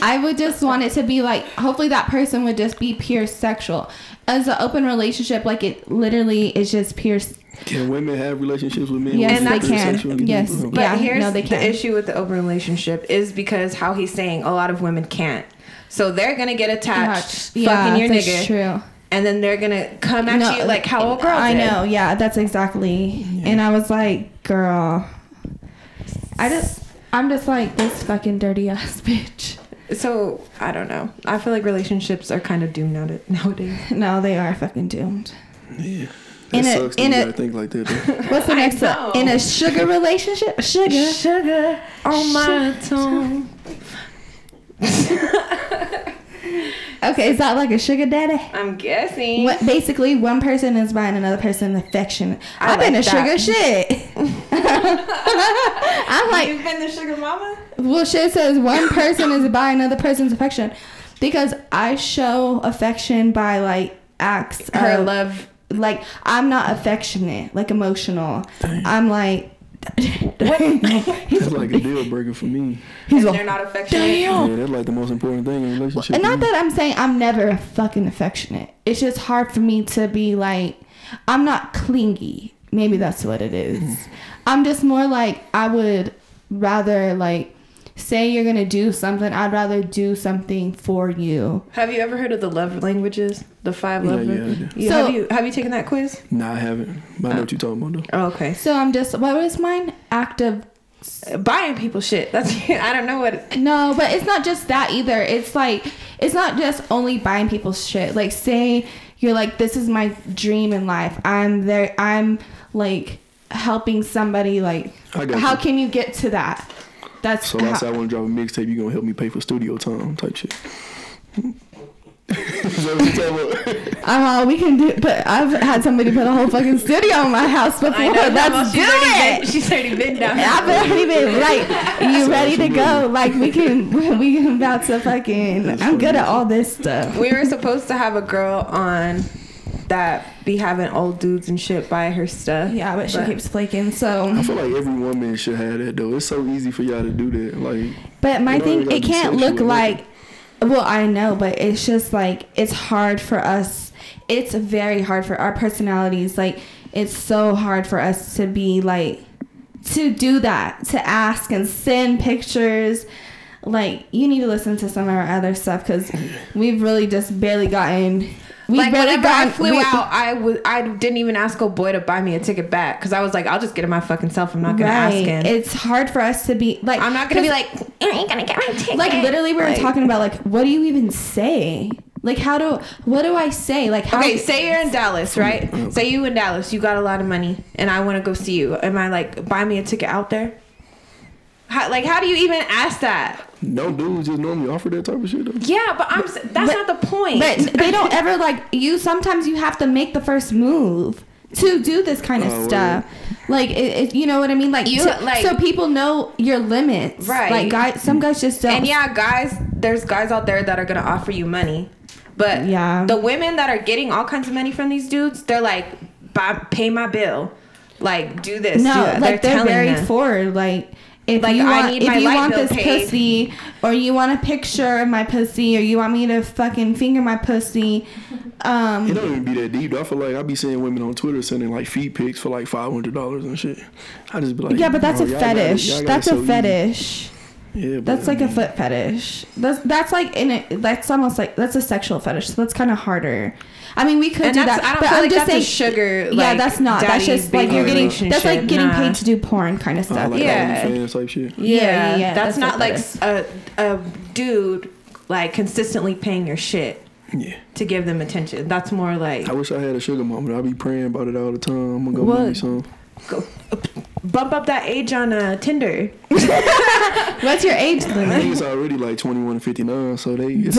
S3: I would just want it to be like, hopefully that person would just be pure sexual. As an open relationship, like it literally is just pure. s-
S4: Can women have relationships with men?
S3: Yes,
S4: when
S2: they
S4: they're
S2: can.
S4: sexually
S3: Yes.
S4: deviant?
S2: But
S3: Yeah,
S2: here's
S3: no, they
S2: the
S3: can.
S2: issue with the open relationship is because how he's saying a lot of women can't. So they're gonna get attached, fucking your
S3: that's
S2: nigga,
S3: True.
S2: and then they're gonna come at
S3: No,
S2: you like how old girl
S3: I
S2: did.
S3: know. Yeah, that's exactly. And I was like, girl, I just, I'm just like this fucking dirty ass bitch.
S2: So I don't know. I feel like relationships are kind of doomed nowada- nowadays.
S3: No, they are fucking doomed.
S4: Yeah.
S3: In
S4: That
S3: a-
S4: sucks that
S3: in
S4: you
S3: a-
S4: gotta think like that. though.
S3: What's the next
S2: know.
S3: one? In a sugar relationship, sugar.
S2: Sugar on my tongue.
S3: Okay, is that like a sugar daddy?
S2: I'm guessing.
S3: What, basically, one person is buying another person affection.
S2: I
S3: I've been a
S2: like
S3: sugar
S2: that.
S3: shit. I'm like,
S2: You've been the sugar mama.
S3: well, shit says one person is buying another person's affection because I show affection by like acts
S2: Her
S3: of
S2: love.
S3: Like, I'm not affectionate, like emotional. I'm like,
S4: That's like a deal breaker for me.
S3: he's
S2: They're
S3: like,
S2: not affectionate.
S3: damn.
S4: Yeah, that's like the most important thing in a relationship.
S3: And
S4: to
S3: not
S4: me.
S3: that I'm saying I'm never fucking affectionate. It's just hard for me to be like, I'm not clingy. Maybe that's what it is. I'm just more like, I would rather, like, say you're gonna do something, I'd rather do something for you.
S2: Have you ever heard of the love languages? The five love.
S4: Yeah,
S2: Yeah,
S4: yeah, I do.
S3: So-
S2: have you have you taken that quiz?
S4: Nah, I haven't. But I know
S3: Uh,
S4: what you're talking about though.
S2: Oh, okay.
S3: So I'm just, what was mine? Active.
S2: Buying people shit. That's I don't know what.
S3: No, but it's not just that either. It's like, it's not just only buying people's shit. Like, say you're like, this is my dream in life. I'm there, I'm like, helping somebody like
S4: I got
S3: how
S4: you.
S3: can you get to that? That's
S4: So I
S3: how,
S4: said I want to drop a mixtape. You gonna help me pay for studio time type shit. Is that what you talking
S3: uh,
S4: about?
S3: we can do. But I've had somebody put a whole fucking studio in my house before.
S2: I know.
S3: That's do
S2: she's already
S3: it.
S2: been, she's already been down.
S3: I've already been like, you
S4: So
S3: ready to
S4: that's
S3: go?
S4: familiar.
S3: Like we can, we can about to fucking.
S4: That's
S3: I'm good
S4: familiar.
S3: at all this stuff.
S2: we were supposed to have a girl on that be having old dudes and shit buy her stuff.
S3: Yeah, but she keeps flaking.
S4: I
S3: So,
S4: feel like every woman should have that though. It's so easy for y'all to do that. Like
S3: but my
S4: You don't
S3: thing,
S4: even
S3: it
S4: gotta be
S3: can't
S4: sexual
S3: look
S4: or nothing.
S3: like. Well, I know, but it's just like it's hard for us. It's very hard for our personalities. Like it's so hard for us to be like to do that, to ask and send pictures. Like you need to listen to some of our other stuff because we've really just barely gotten. We've
S2: like
S3: barely
S2: whenever I
S3: gotten.
S2: flew
S3: we-
S2: out, I was I didn't even ask old boy to buy me a ticket back because I was like, I'll just get it my fucking self. I'm not gonna ask
S3: Right.
S2: him.
S3: It's hard for us to be like.
S2: I'm not gonna be
S3: 'cause-
S2: like, you ain't gonna get my ticket.
S3: like literally we were
S2: Like-
S3: talking about like what do you even say like how do what do i say like how
S2: Okay, say you're in Dallas, right?
S4: Mm.
S2: Say you in Dallas, you got a lot of money, and I want to go see you. Am I like buy me a ticket out there? How, like, how do you even ask that?
S4: no dudes just normally offer that type of shit though.
S2: Yeah, but I'm. s- That's
S3: But-
S2: not the point.
S3: but they don't ever like you sometimes you have to make the first move to do this kind of
S4: Oh,
S3: stuff like it, it, you know what i mean like,
S2: You-
S3: to-
S2: like-
S3: so people know your limits
S2: Right.
S3: like guys some guys just don't
S2: and yeah, guys, there's guys out there that are gonna offer you money, but
S3: Yeah.
S2: the women that are getting all kinds of money from these dudes, they're like, buy, pay my bill, like do this. do
S3: no
S2: that.
S3: like they're,
S2: telling
S3: very
S2: them.
S3: forward like if
S2: Like,
S3: you
S2: I
S3: want,
S2: need
S3: if
S2: my
S3: you
S2: light
S3: want
S2: bill
S3: this
S2: paid.
S3: pussy or you want a picture of my pussy or you want me to fucking finger my pussy um
S4: It don't even be that deep. Though. I feel like I be seeing women on Twitter sending like feet pics for like five hundred dollars and shit. Oh, I just be like,
S3: Yeah, but that's
S4: "Bro,
S3: a
S4: y'all got it-
S3: fetish.
S4: y'all got it
S3: that's
S4: so
S3: a
S4: easy."
S3: fetish.
S4: Yeah, but mm,
S3: That's
S4: I
S3: like a
S4: mean,
S3: foot fetish. That's that's like in a that's almost like that's a sexual fetish. So that's kind of harder. I mean, we could
S2: And
S3: do
S2: that's-
S3: that.
S2: I don't
S3: but
S2: feel
S3: I'm
S2: like
S3: just
S2: that's a
S3: saying,
S2: sugar,
S3: Yeah,
S2: like,
S3: that's not. That's
S2: daddy
S3: just like
S2: baby
S3: you're getting. That's like
S2: relationship.
S3: getting
S2: Nah.
S3: paid to do porn kind of
S4: Oh, I
S3: stuff.
S4: like
S2: Yeah.
S4: OnlyFans type shit.
S2: Yeah,
S3: Yeah,
S2: yeah.
S3: yeah,
S2: That's,
S3: that's
S2: not
S3: what
S2: like
S3: that is.
S2: a, a dude like consistently paying your shit
S4: Yeah.
S2: to give them attention. That's more like
S4: I wish I had a sugar mama. I be praying about it all the time. I'm gonna go
S2: What?
S4: get me some.
S2: go, bump up that age on uh, Tinder.
S3: What's your age
S4: I
S3: limit?
S4: think it's already like 21 and 59, so they. It's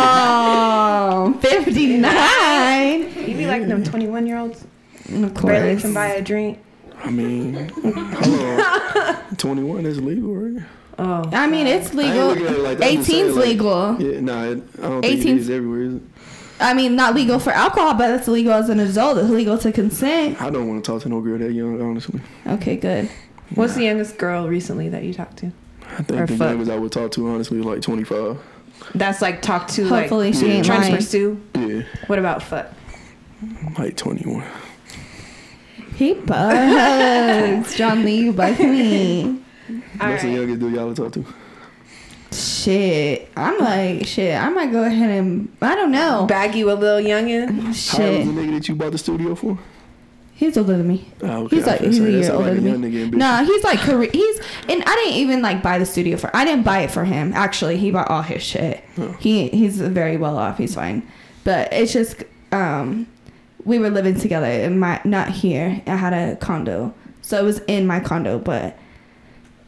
S3: Damn, fifty nine.
S2: You be like them twenty one year olds
S3: Of
S2: barely
S3: course.
S2: can buy a drink.
S4: I mean, hello. 21 is legal, right?
S2: Oh,
S3: I mean, it's
S4: I ain't
S3: legal.
S4: looking at it like that. I'm just saying,
S3: 18's
S4: like-
S3: legal.
S4: Yeah, nah, it, I don't think
S3: 18
S4: it is everywhere. Is it?
S3: I mean, not legal for alcohol, but it's legal as an adult. It's legal to consent.
S4: I don't want to talk to no girl that young, honestly.
S3: Okay, good.
S2: what's the youngest girl recently that you talked to?
S4: I think
S2: Or
S4: the
S2: fuck.
S4: youngest I would talk to, honestly, is like 25.
S2: That's like talk to
S3: Hopefully she
S4: yeah.
S2: like
S3: ain't
S2: trying to
S3: lying.
S2: pursue.
S4: Yeah,
S2: What about fuck?
S4: like 21.
S3: He bugs. John Lee, you bug me.
S4: That's the youngest dude y'all would talk to.
S3: Shit. I'm like, shit, I might go ahead and, I don't know.
S2: Bag you a little youngin.
S4: How old was the
S3: Shit.
S4: nigga that you bought the studio for?
S3: He's older than me.
S4: Oh, okay.
S3: He's like,
S4: I
S3: he's a
S4: say, that
S3: year
S4: sound
S3: older
S4: like a
S3: than
S4: young
S3: me.
S4: nigga and bitch.
S3: Nah, he's like, Kore- he's, and I didn't even like buy the studio for, I didn't buy it for him. Actually, he bought all his shit.
S4: Oh.
S3: He He's very well off. He's fine. But it's just, um, we were living together in my, not here. I had a condo. So it was in my condo, but,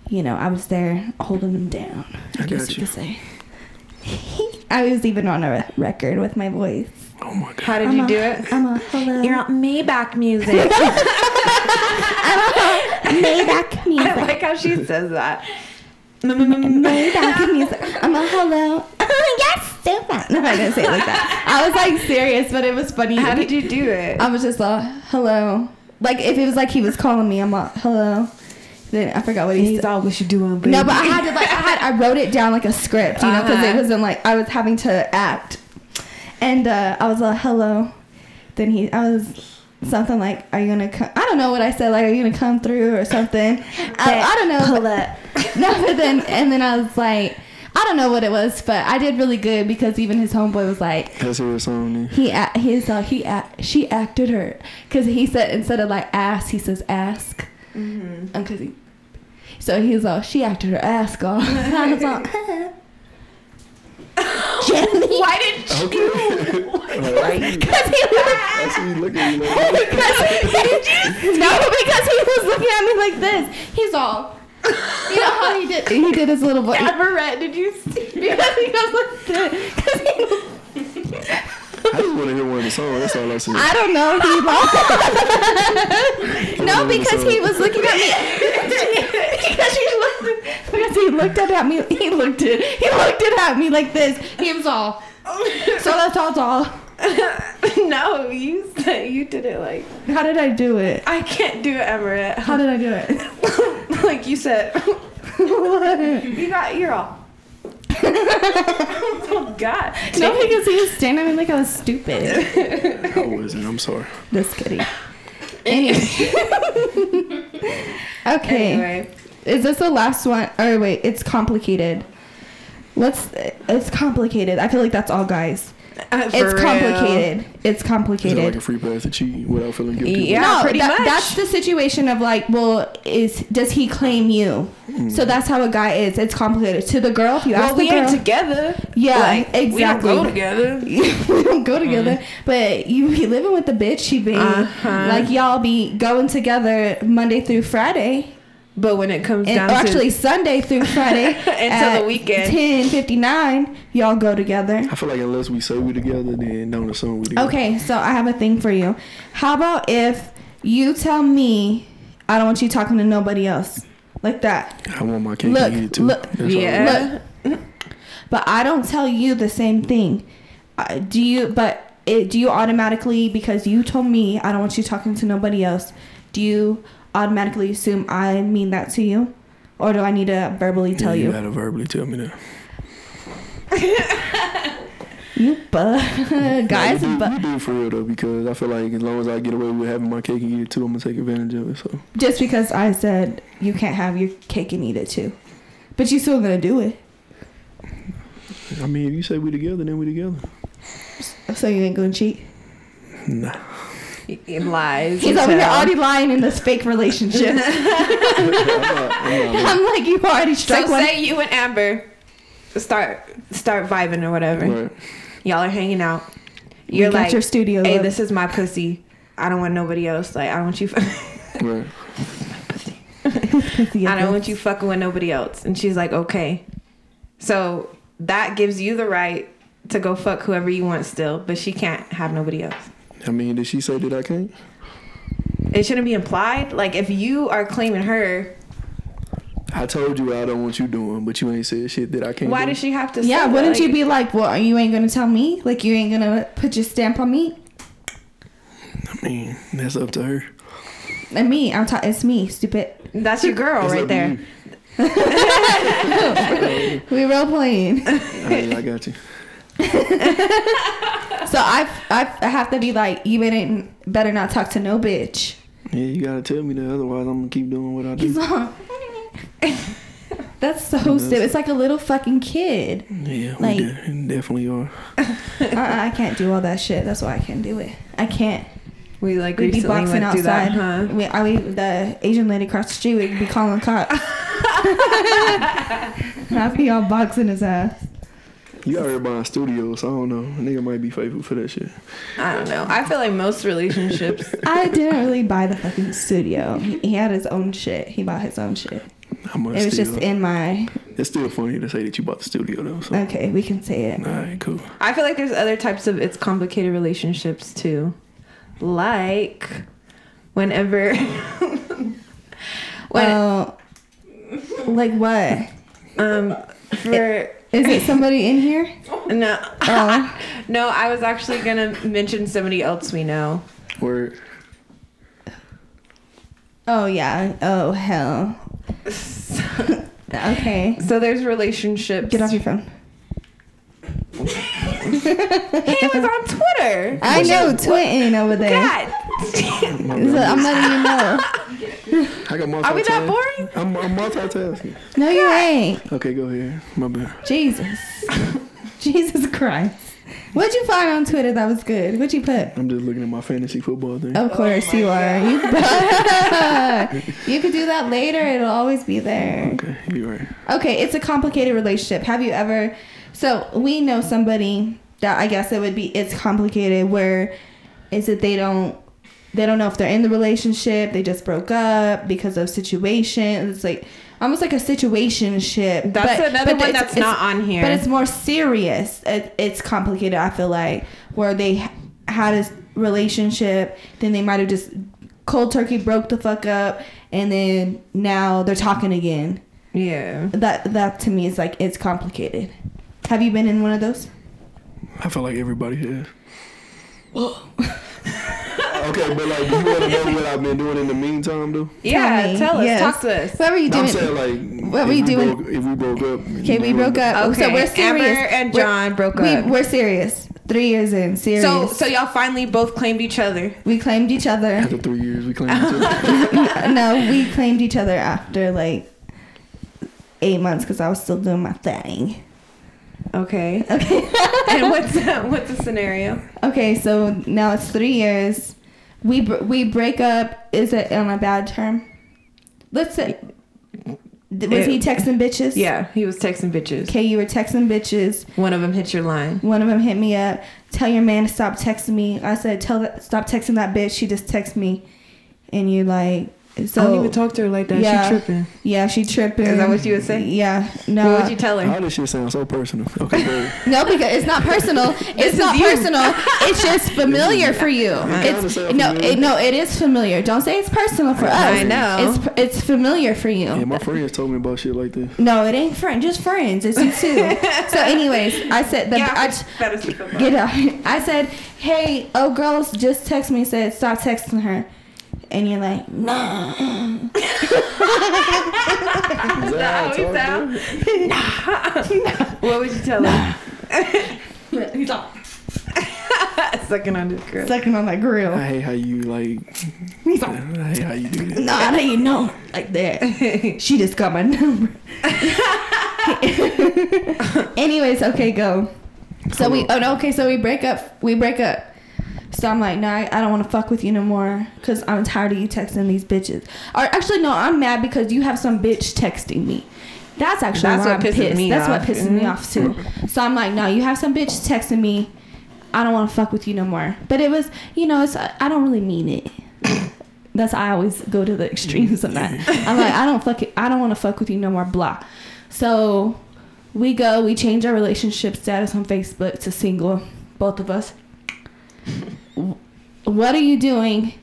S3: you know, I was there holding him down.
S4: I got you.
S3: could say. I was even on a record with my voice.
S4: Oh my god.
S2: How did
S3: I'm
S2: you
S3: a-
S2: do it?
S3: I'm a hello.
S2: You're on Maybach music.
S3: Maybach
S2: I
S3: music.
S2: like how she says that.
S3: Maybach music. I'm a hello. yes, Stefan. No, I didn't say it like that. I was like serious, but it was funny.
S2: How did you do it?
S3: I was just like hello. Like if it was like he was calling me, I'm like hello. Then I forgot what he said.
S2: all what you doing, baby.
S3: No, but I had to like I had I wrote it down like a script, you know, because it
S2: Uh-huh.
S3: wasn't like I was having to act, and uh, I was like hello. Then he I was something like are you gonna come? I don't know what I said like are you gonna come through or something. I, I don't know. Pull up. No, but then and then I was like I don't know what it was, but I did really good because even his homeboy was like
S4: That's her song then.
S3: he a- his uh, he a- she acted her because he said instead of like ass he says ask
S2: Mm-hmm.
S3: and 'cause he so he's all she acted her ass off and I was all Jenny
S2: Why did
S4: Okay. Alright.
S3: because he was
S4: That's what you look at, you know.
S3: because he, no because he was looking at me like this he's all you know how he did he did his little voice
S2: Everett? Did you see?
S3: because he goes like this 'cause he
S4: I just want to hear one of the songs. That's all I see.
S3: I don't know. He no, because he was looking at me. because he looked. Because he looked up at me. He looked it. He looked it at me like this. He was all. So that's all. it's all.
S2: no, you said you did it like
S3: How did I do it?
S2: I can't do it, Everett.
S3: How did I do it?
S2: like you said, you got you're all. oh God!
S3: No, because he was staring at me like I was stupid.
S4: I wasn't. I'm sorry.
S3: Just kidding. Anyway. okay.
S2: Anyway,
S3: Is this the last one? Oh wait, it's complicated. Let's. It's complicated. I feel like that's all guys.
S2: uh, for
S3: it's
S2: real.
S3: complicated. It's
S4: Is that like
S3: complicated.
S4: a free pass to cheat without feeling guilty?
S2: Yeah. pretty
S3: that,
S2: much.
S3: that's the situation of like, well, is does he claim you? So that's how a guy is. It's complicated. To the girl, if you
S2: Well,
S3: ask
S2: we
S3: the girl,
S2: ain't together.
S3: Yeah,
S2: We don't go
S3: exactly.
S2: together.
S3: we don't go together. But you be living with the bitch, she be
S2: Uh-huh.
S3: like y'all be going together Monday through Friday,
S2: But when it comes
S3: and
S2: down
S3: or
S2: to
S3: actually Sunday through Friday
S2: Until the weekend.
S3: Ten fifty nine, y'all go together.
S4: I feel like unless we say we together, then don't assume we together.
S3: Okay, so I have a thing for you. How about if you tell me I don't want you talking to nobody else like that,
S4: I want my cake
S3: Look,
S4: and eat it too.
S3: look,
S4: That's all I
S2: yeah.
S4: want.
S3: Look. but I don't tell you the same thing. Uh, do you? But it, do you automatically because you told me I don't want you talking to nobody else? Do you automatically assume I mean that to you, or do I need to verbally tell
S4: You
S3: you?
S4: gotta verbally tell me that.
S3: You but guys,
S4: you do,
S3: but
S4: you do for real though, because I feel like as long as I get away with having my cake and eat it too, I'm gonna take advantage of it. So
S3: just because I said you can't have your cake and eat it too, but you still gonna do it.
S4: I mean, if you say we together, then we together.
S3: So you ain't gonna cheat.
S4: Nah,
S2: He- he lies.
S3: He's
S2: you
S3: over here
S2: tell.
S3: already lying in this fake relationship.
S4: I'm not, I'm not
S3: I'm like, you already struck
S2: So
S3: one.
S2: say you and Amber start start vibing or whatever.
S4: right.
S2: Y'all are hanging out.
S3: We
S2: You're
S3: got
S2: like,
S3: your studio.
S2: hey,
S3: up.
S2: this is my pussy. I don't want nobody else. Like, I don't want you.
S4: Right.
S3: Pussy
S2: I
S3: up.
S2: don't want you fucking with nobody else. And she's like, okay. So that gives you the right to go fuck whoever you want still, but she can't have nobody else.
S4: I mean, did she say that I can't?
S2: It shouldn't be implied. Like if you are claiming her,
S4: I told you I don't want you doing, but you ain't said shit that I can't.
S2: why
S4: do.
S2: does she have to?
S3: Yeah,
S2: say that?
S3: wouldn't
S2: Like,
S3: you be like, well, you ain't gonna tell me? Like, you ain't gonna put your stamp on me?
S4: I mean, that's up to her.
S3: And me, I'm ta- it's me, stupid.
S2: That's your girl
S4: It's up
S2: Oh, right
S4: to
S2: there.
S4: you.
S3: We role playing.
S4: Hey, I got you.
S3: so I, I, I have to be like, you better, better not talk to no bitch.
S4: Yeah, you gotta tell me that, otherwise I'm gonna keep doing what I
S3: He's
S4: do.
S3: like, that's
S2: Mm-hmm.
S3: so
S4: That's-
S3: stupid. It's like a little fucking kid.
S4: Yeah,
S3: like-
S4: we de- definitely are.
S3: I, I can't do all that shit. That's why I can't do it. I can't.
S2: We like
S3: We'd be
S2: recently
S3: boxing
S2: went through
S3: outside.
S2: that, huh?
S3: we, I, we, the Asian lady across the street would be calling cops. And I'd be all boxing his ass.
S4: You out here buying studios, so I don't know. Nigga might be faithful for that shit.
S2: I don't know. I feel like most relationships
S3: I didn't really buy the fucking studio. He, he had his own shit. He bought his own shit.
S4: I must
S3: it was
S4: still,
S3: just in my.
S4: It's still funny to say that you bought the studio though. So.
S3: Okay, we can say it.
S4: All right, cool.
S2: I feel like there's other types of it's complicated relationships too. Like whenever when
S3: Well, Oh, like what?
S2: um for
S3: Is it somebody in here?
S2: no
S3: Oh.
S2: no, I was actually gonna mention somebody else we know.
S4: Word.
S3: Oh yeah. Oh hell. Okay.
S2: So there's relationships.
S3: Get off your phone.
S2: he was on Twitter.
S3: I know twitting over there.
S2: God,
S4: My
S3: So
S4: bad.
S3: I'm letting you know.
S4: I got multitasking.
S2: are we that boring?
S4: I'm, I'm multitasking.
S3: No, you ain't.
S4: Okay, go ahead. My bad.
S3: Jesus. Jesus Christ. What'd you find on Twitter that was good? What'd you put?
S4: I'm just looking at my fantasy football thing.
S2: Oh
S3: Of course you are. You, you could do that later. It'll always be there.
S4: Okay, you right.
S3: Okay, it's a complicated relationship. Have you ever? So we know somebody that I guess it would be. It's complicated. Where is it? They don't. They don't know if they're in the relationship. They just broke up because of situation. It's like almost like a situation ship.
S2: That's another one that's not on here.
S3: But it's more serious. It, it's complicated. I feel like where they h- had a s- relationship, then they might have just cold turkey broke the fuck up, and then now they're talking again
S2: Yeah.
S3: that that to me is like it's complicated. Have you been in one of those?
S4: I feel like everybody has. okay, but like, do you want to know what I've been doing in the meantime, though?
S2: Yeah,
S3: me.
S2: tell us.
S3: Yes.
S2: Talk to us.
S3: What were you
S4: I'm
S3: doing?
S4: saying like,
S3: What
S4: if
S3: we doing-
S4: Broke, if we broke up.
S3: Okay, we broke up.
S2: Okay,
S3: So we're serious.
S2: Amber and
S3: We're-
S2: John broke
S3: we,
S2: up.
S3: We're serious. Three years in, serious.
S2: So so y'all finally both claimed each other.
S3: we claimed each other.
S4: After three years, we claimed each other.
S3: no, we claimed each other after like eight months because I was still doing my thing.
S2: Okay. Okay. and what's what's the scenario?
S3: Okay, so now it's three years. We br- we break up. Is it on a bad term? Let's say. Was he
S2: It-
S3: texting bitches?
S2: Yeah, he was texting bitches.
S3: Okay, you were texting bitches.
S2: One of them hit your line.
S3: One of them hit me up. Tell your man to stop texting me. I said, tell that stop texting that bitch. She just texts me, and you like so.
S2: talk to her like
S3: Yeah. Yeah, she tripping.
S2: Oh. Is that what you would say?
S3: Yeah.
S2: What
S3: No.
S2: would you tell her?
S4: How does shit sound so personal? Okay, babe.
S3: no, because it's not personal. It's not personal. It's just
S2: Mm.
S3: familiar for you. It's
S4: sound
S3: no,
S4: familiar.
S3: it, no, it is familiar. Don't say it's personal for us.
S2: I know.
S3: It's it's familiar for you.
S4: yeah, my friends told me about shit like this.
S3: no, it ain't friend, just friends. It's you too. so, anyways, I said the I t-
S2: that is the football.
S3: Get out. I said, hey, oh, girls, just text me. Said, stop texting her. And you're like, nah.
S2: Is that how we sound? What would you tell her?
S3: it. He's like
S2: Sucking on his grip.
S3: sucking on that grill.
S4: I hate how you like.
S3: He's
S4: I
S3: like,
S4: hate how you do that.
S3: no, I didn't know like that. she just got my number. Anyways, okay, go. So we oh no, okay, so we break up. We break up. So I'm like, no, I, I don't want to fuck with you no more because I'm tired of you texting these bitches. Or actually, no, I'm mad because you have some bitch texting me. That's actually
S2: That's
S3: why
S2: what
S3: I'm
S2: pisses
S3: pissed.
S2: me
S3: That's
S2: off. Mm-hmm.
S3: what pisses me off too. So I'm like, no, you have some bitch texting me. I don't want to fuck with you no more. But it was, you know, it's I don't really mean it. That's I always go to the extremes on that. I'm like, I don't fuck it. I don't want to fuck with you no more. Blah. So we go. We change our relationship status on Facebook to single. Both of us what are you doing?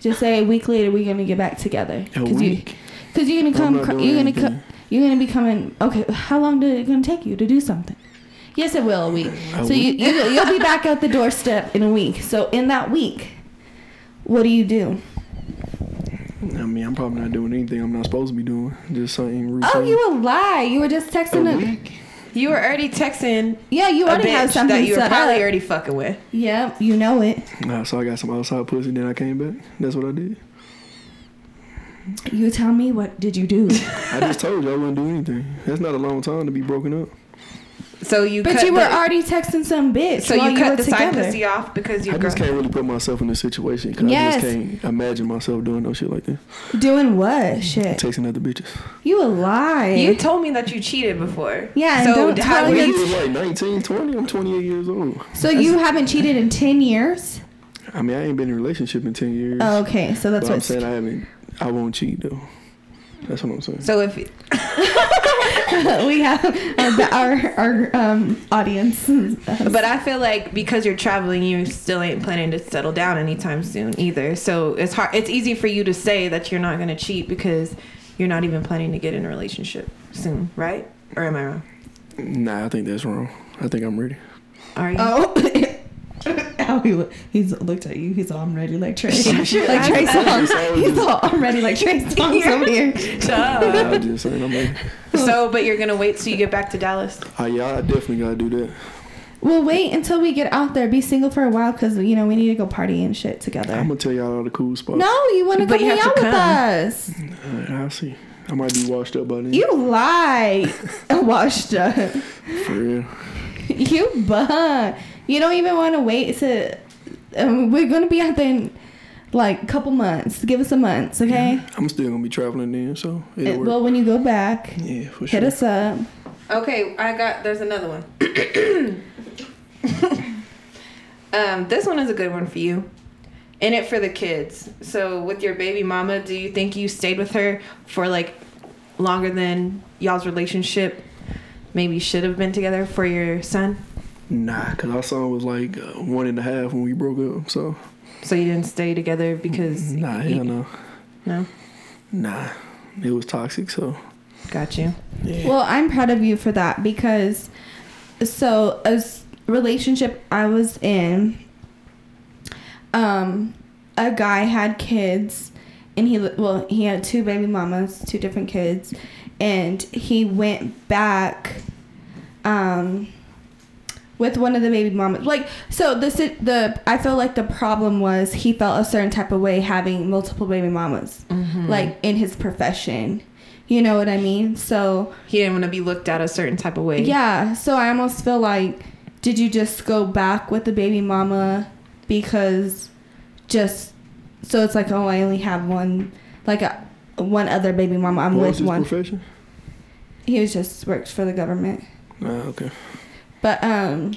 S3: Just say a week later we're gonna get back together.
S4: A
S3: you,
S4: week?
S3: cause you're gonna
S4: I'm
S3: come.
S4: not doing
S3: You're gonna
S4: anything.
S3: come. You're gonna be coming. Okay, how long did it gonna take you to do something? Yes, it will a week.
S4: A
S3: so You, you you'll be back at the doorstep in a week. So in that week, what do you do?
S4: I mean, I'm probably not doing anything I'm not supposed to be doing. Just something routine.
S3: Oh, you a lie! You were just texting. A
S4: a week?
S2: You were already texting
S3: yeah, you
S2: a
S3: already have
S2: bitch
S3: something
S2: that you were
S3: set
S2: probably
S3: up.
S2: already fucking with.
S3: Yeah, you know it.
S4: Nah, so I got some outside pussy, then I came back. That's what I did.
S3: You tell me what did you do?
S4: I just told you I wouldn't do anything. That's not a long time to be broken up.
S2: So you
S3: but
S2: cut
S3: you were
S2: the,
S3: already texting some bitch.
S2: so
S3: while
S2: you
S3: were
S2: cut the side
S3: together.
S2: pussy off because you
S4: I
S2: girl.
S4: just can't really put myself in this situation because I
S3: Yes.
S4: just can't imagine myself doing no shit like that.
S3: Doing what? Shit.
S4: Texting other bitches.
S3: You a lie.
S2: You told me that you cheated before.
S3: Yeah, and
S2: So
S3: don't
S2: how
S3: tell
S2: were
S4: When
S3: your-
S2: you
S4: you was like 19, 20, I'm 28 years old.
S3: so you haven't cheated in ten years?
S4: I mean, I ain't been in a relationship in 10 years.
S3: Oh, okay, so that's
S4: But I'm
S3: what.
S4: saying I haven't, I won't cheat though. That's what I'm saying.
S2: So if
S3: we have uh, the- our our um, audience.
S2: But I feel like because you're traveling, you still ain't planning to settle down anytime soon either. So it's hard. It's easy for you to say that you're not going to cheat because you're not even planning to get in a relationship soon, right? Or am I wrong?
S4: Nah, I think that's wrong. I think I'm ready.
S2: Are you?
S3: oh. How he look, he's looked at you. He's all I'm ready like Trey,
S2: Sure,
S3: like Trey
S2: I-
S4: I-
S3: Songz. He's all I'm ready like Trey Songz over here.
S2: Duh.
S4: I'm just saying, I'm like,
S2: so, but you're gonna wait till you get back to Dallas.
S4: oh, yeah, I definitely gotta do that.
S3: Well, wait until we get out there. Be single for a while, cause you know we need to go party and shit
S4: I'm
S3: together.
S4: gonna tell y'all all the cool spots.
S3: No, you want to
S2: But
S3: come
S2: you
S3: hang
S2: have to
S3: out with
S2: come.
S3: us?
S4: Alright, I'll see. I might be washed up by then.
S3: You lie, washed up.
S4: For real.
S3: You bug. You don't even want to wait to. Um, we're gonna be out there in like a couple months. Give us a month, okay?
S4: I'm still gonna be traveling then, so it'll
S3: Uh,
S4: work.
S3: well, when you go back,
S4: yeah, for sure.
S3: hit us up.
S2: Okay, I got. There's another one. um, this one is a good one for you. In it for the kids. So, with your baby mama, do you think you stayed with her for like longer than y'all's relationship? Maybe should have been together for your son.
S4: Nah, cause our son was like uh, one and a half when we broke up. So
S2: So you didn't stay together because
S4: Mm-hmm. nah,
S2: you-
S4: hell no,
S2: no.
S4: nah, it was toxic. So
S2: Got you.
S4: yeah,
S3: Well, I'm proud of you for that because so a s- relationship I was in, um, a guy had kids, and he li- well he had two baby mamas, two different kids, and he went back, um. With one of the baby mamas, like so, the si- the I feel like the problem was he felt a certain type of way having multiple baby mamas,
S2: Mm-hmm.
S3: like in his profession, you know what I mean. So
S2: He didn't want to be looked at a certain type of way.
S3: yeah, so I almost feel like did you just go back with the baby mama because just so it's like oh I only have one like a, one other baby mama I'm
S4: what was
S3: with
S4: his
S3: one.
S4: profession?
S3: he was just works for the government.
S4: Nah, okay.
S3: But um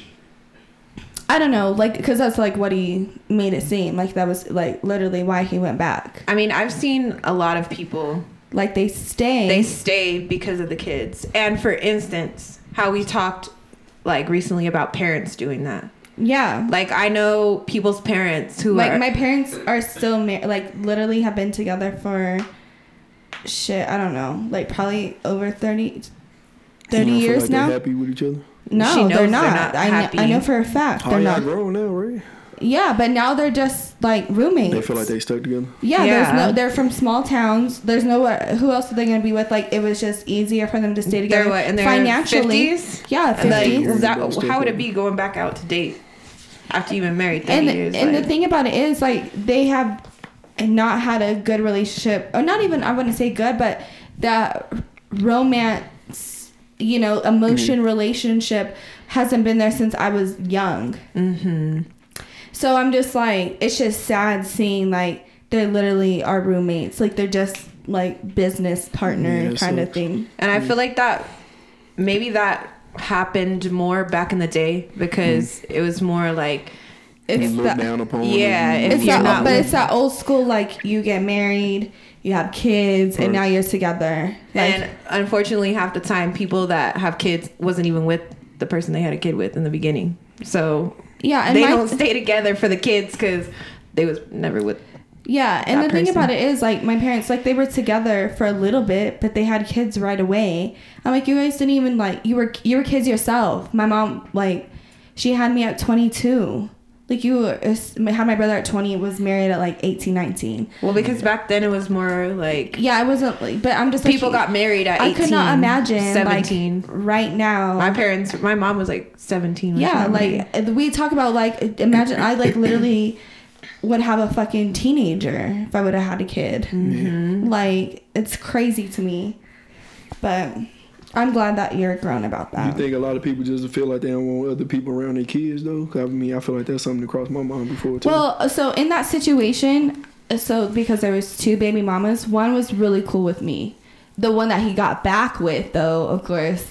S3: I don't know, like cuz that's like what he made it seem like that was like literally why he went back.
S2: I mean, I've seen a lot of people
S3: Like they stay.
S2: they stayed because of the kids. And for instance, how we talked like recently about parents doing that.
S3: yeah.
S2: Like I know people's parents who
S3: like
S2: are
S3: my parents are still married like literally have been together for shit i don't know like probably over 30
S4: You
S3: 30
S4: don't feel
S3: years
S4: like they're
S3: now
S4: happy with each other.
S3: no
S2: She knows
S3: they're
S2: they're
S3: not,
S2: not
S3: I, kn-
S2: happy.
S3: I know for a fact
S4: Oh,
S3: they're
S4: y'all
S3: not
S4: grown now, right?
S3: yeah but now they're just like roommates.
S4: They feel like they stuck together.
S3: Yeah, there's
S2: Yeah.
S3: no. They're from small towns. There's no. Who else are they gonna be with? Like it was just easier for them to stay together
S2: They're what in their
S3: financially.
S2: 50s?
S3: Yeah,
S2: Like,
S3: 50s.
S4: You're
S2: is that,
S4: gonna go
S2: how would
S4: stay
S2: it be going back out to date after you've been married 30
S3: and
S2: years?
S3: and
S2: like-
S3: the thing about it is like they have not had a good relationship or not even i wouldn't say good but that romance you know emotion relationship hasn't been there since i was young mm-hmm. so i'm just like it's just sad seeing like they literally are roommates like they're just like business partner
S4: Yeah, it
S3: kind of
S4: sucks.
S3: thing
S2: And I feel like that maybe that happened more back in the day because
S3: Mm.
S2: it was more like
S3: it's
S4: And look
S3: the-
S4: down upon.
S2: yeah,
S4: and-
S2: if
S3: It's
S2: you're
S3: that,
S2: not
S3: but it's that old school like you get married, you have kids, and now you're together. Like,
S2: Mm. and unfortunately half the time people that have kids wasn't even with the person they had a kid with in the beginning. So
S3: yeah, and
S2: they
S3: my,
S2: don't stay together for the kids cuz they was never with
S3: yeah, and the
S2: that
S3: thing
S2: person.
S3: about it is like my parents like they were together for a little bit, but they had kids right away. I'm like, you guys didn't even like you were you were kids yourself. My mom like she had me at 22. Like you were- uh, had my brother at 20, was married at like 18, 19.
S2: Well, because back then it was more like
S3: Yeah, I wasn't like, but I'm just like,
S2: people got married at 18.
S3: I could not imagine
S2: 17.
S3: like right now.
S2: my parents, my mom was like 17. when she
S3: Yeah,
S2: got married.
S3: like uh, we talk about like imagine I like literally would have a fucking teenager if I would have had a kid. Like it's crazy to me, but I'm glad that you're grown about
S4: You
S3: that.
S4: think a lot of people just feel like they don't want other people around their kids though? 'Cause I mean, I feel like that's something that crossed my mind before too.
S3: Well, uh, so in that situation, uh, so because there was two baby mamas, one was really cool with me. The one that he got back with, though, of course,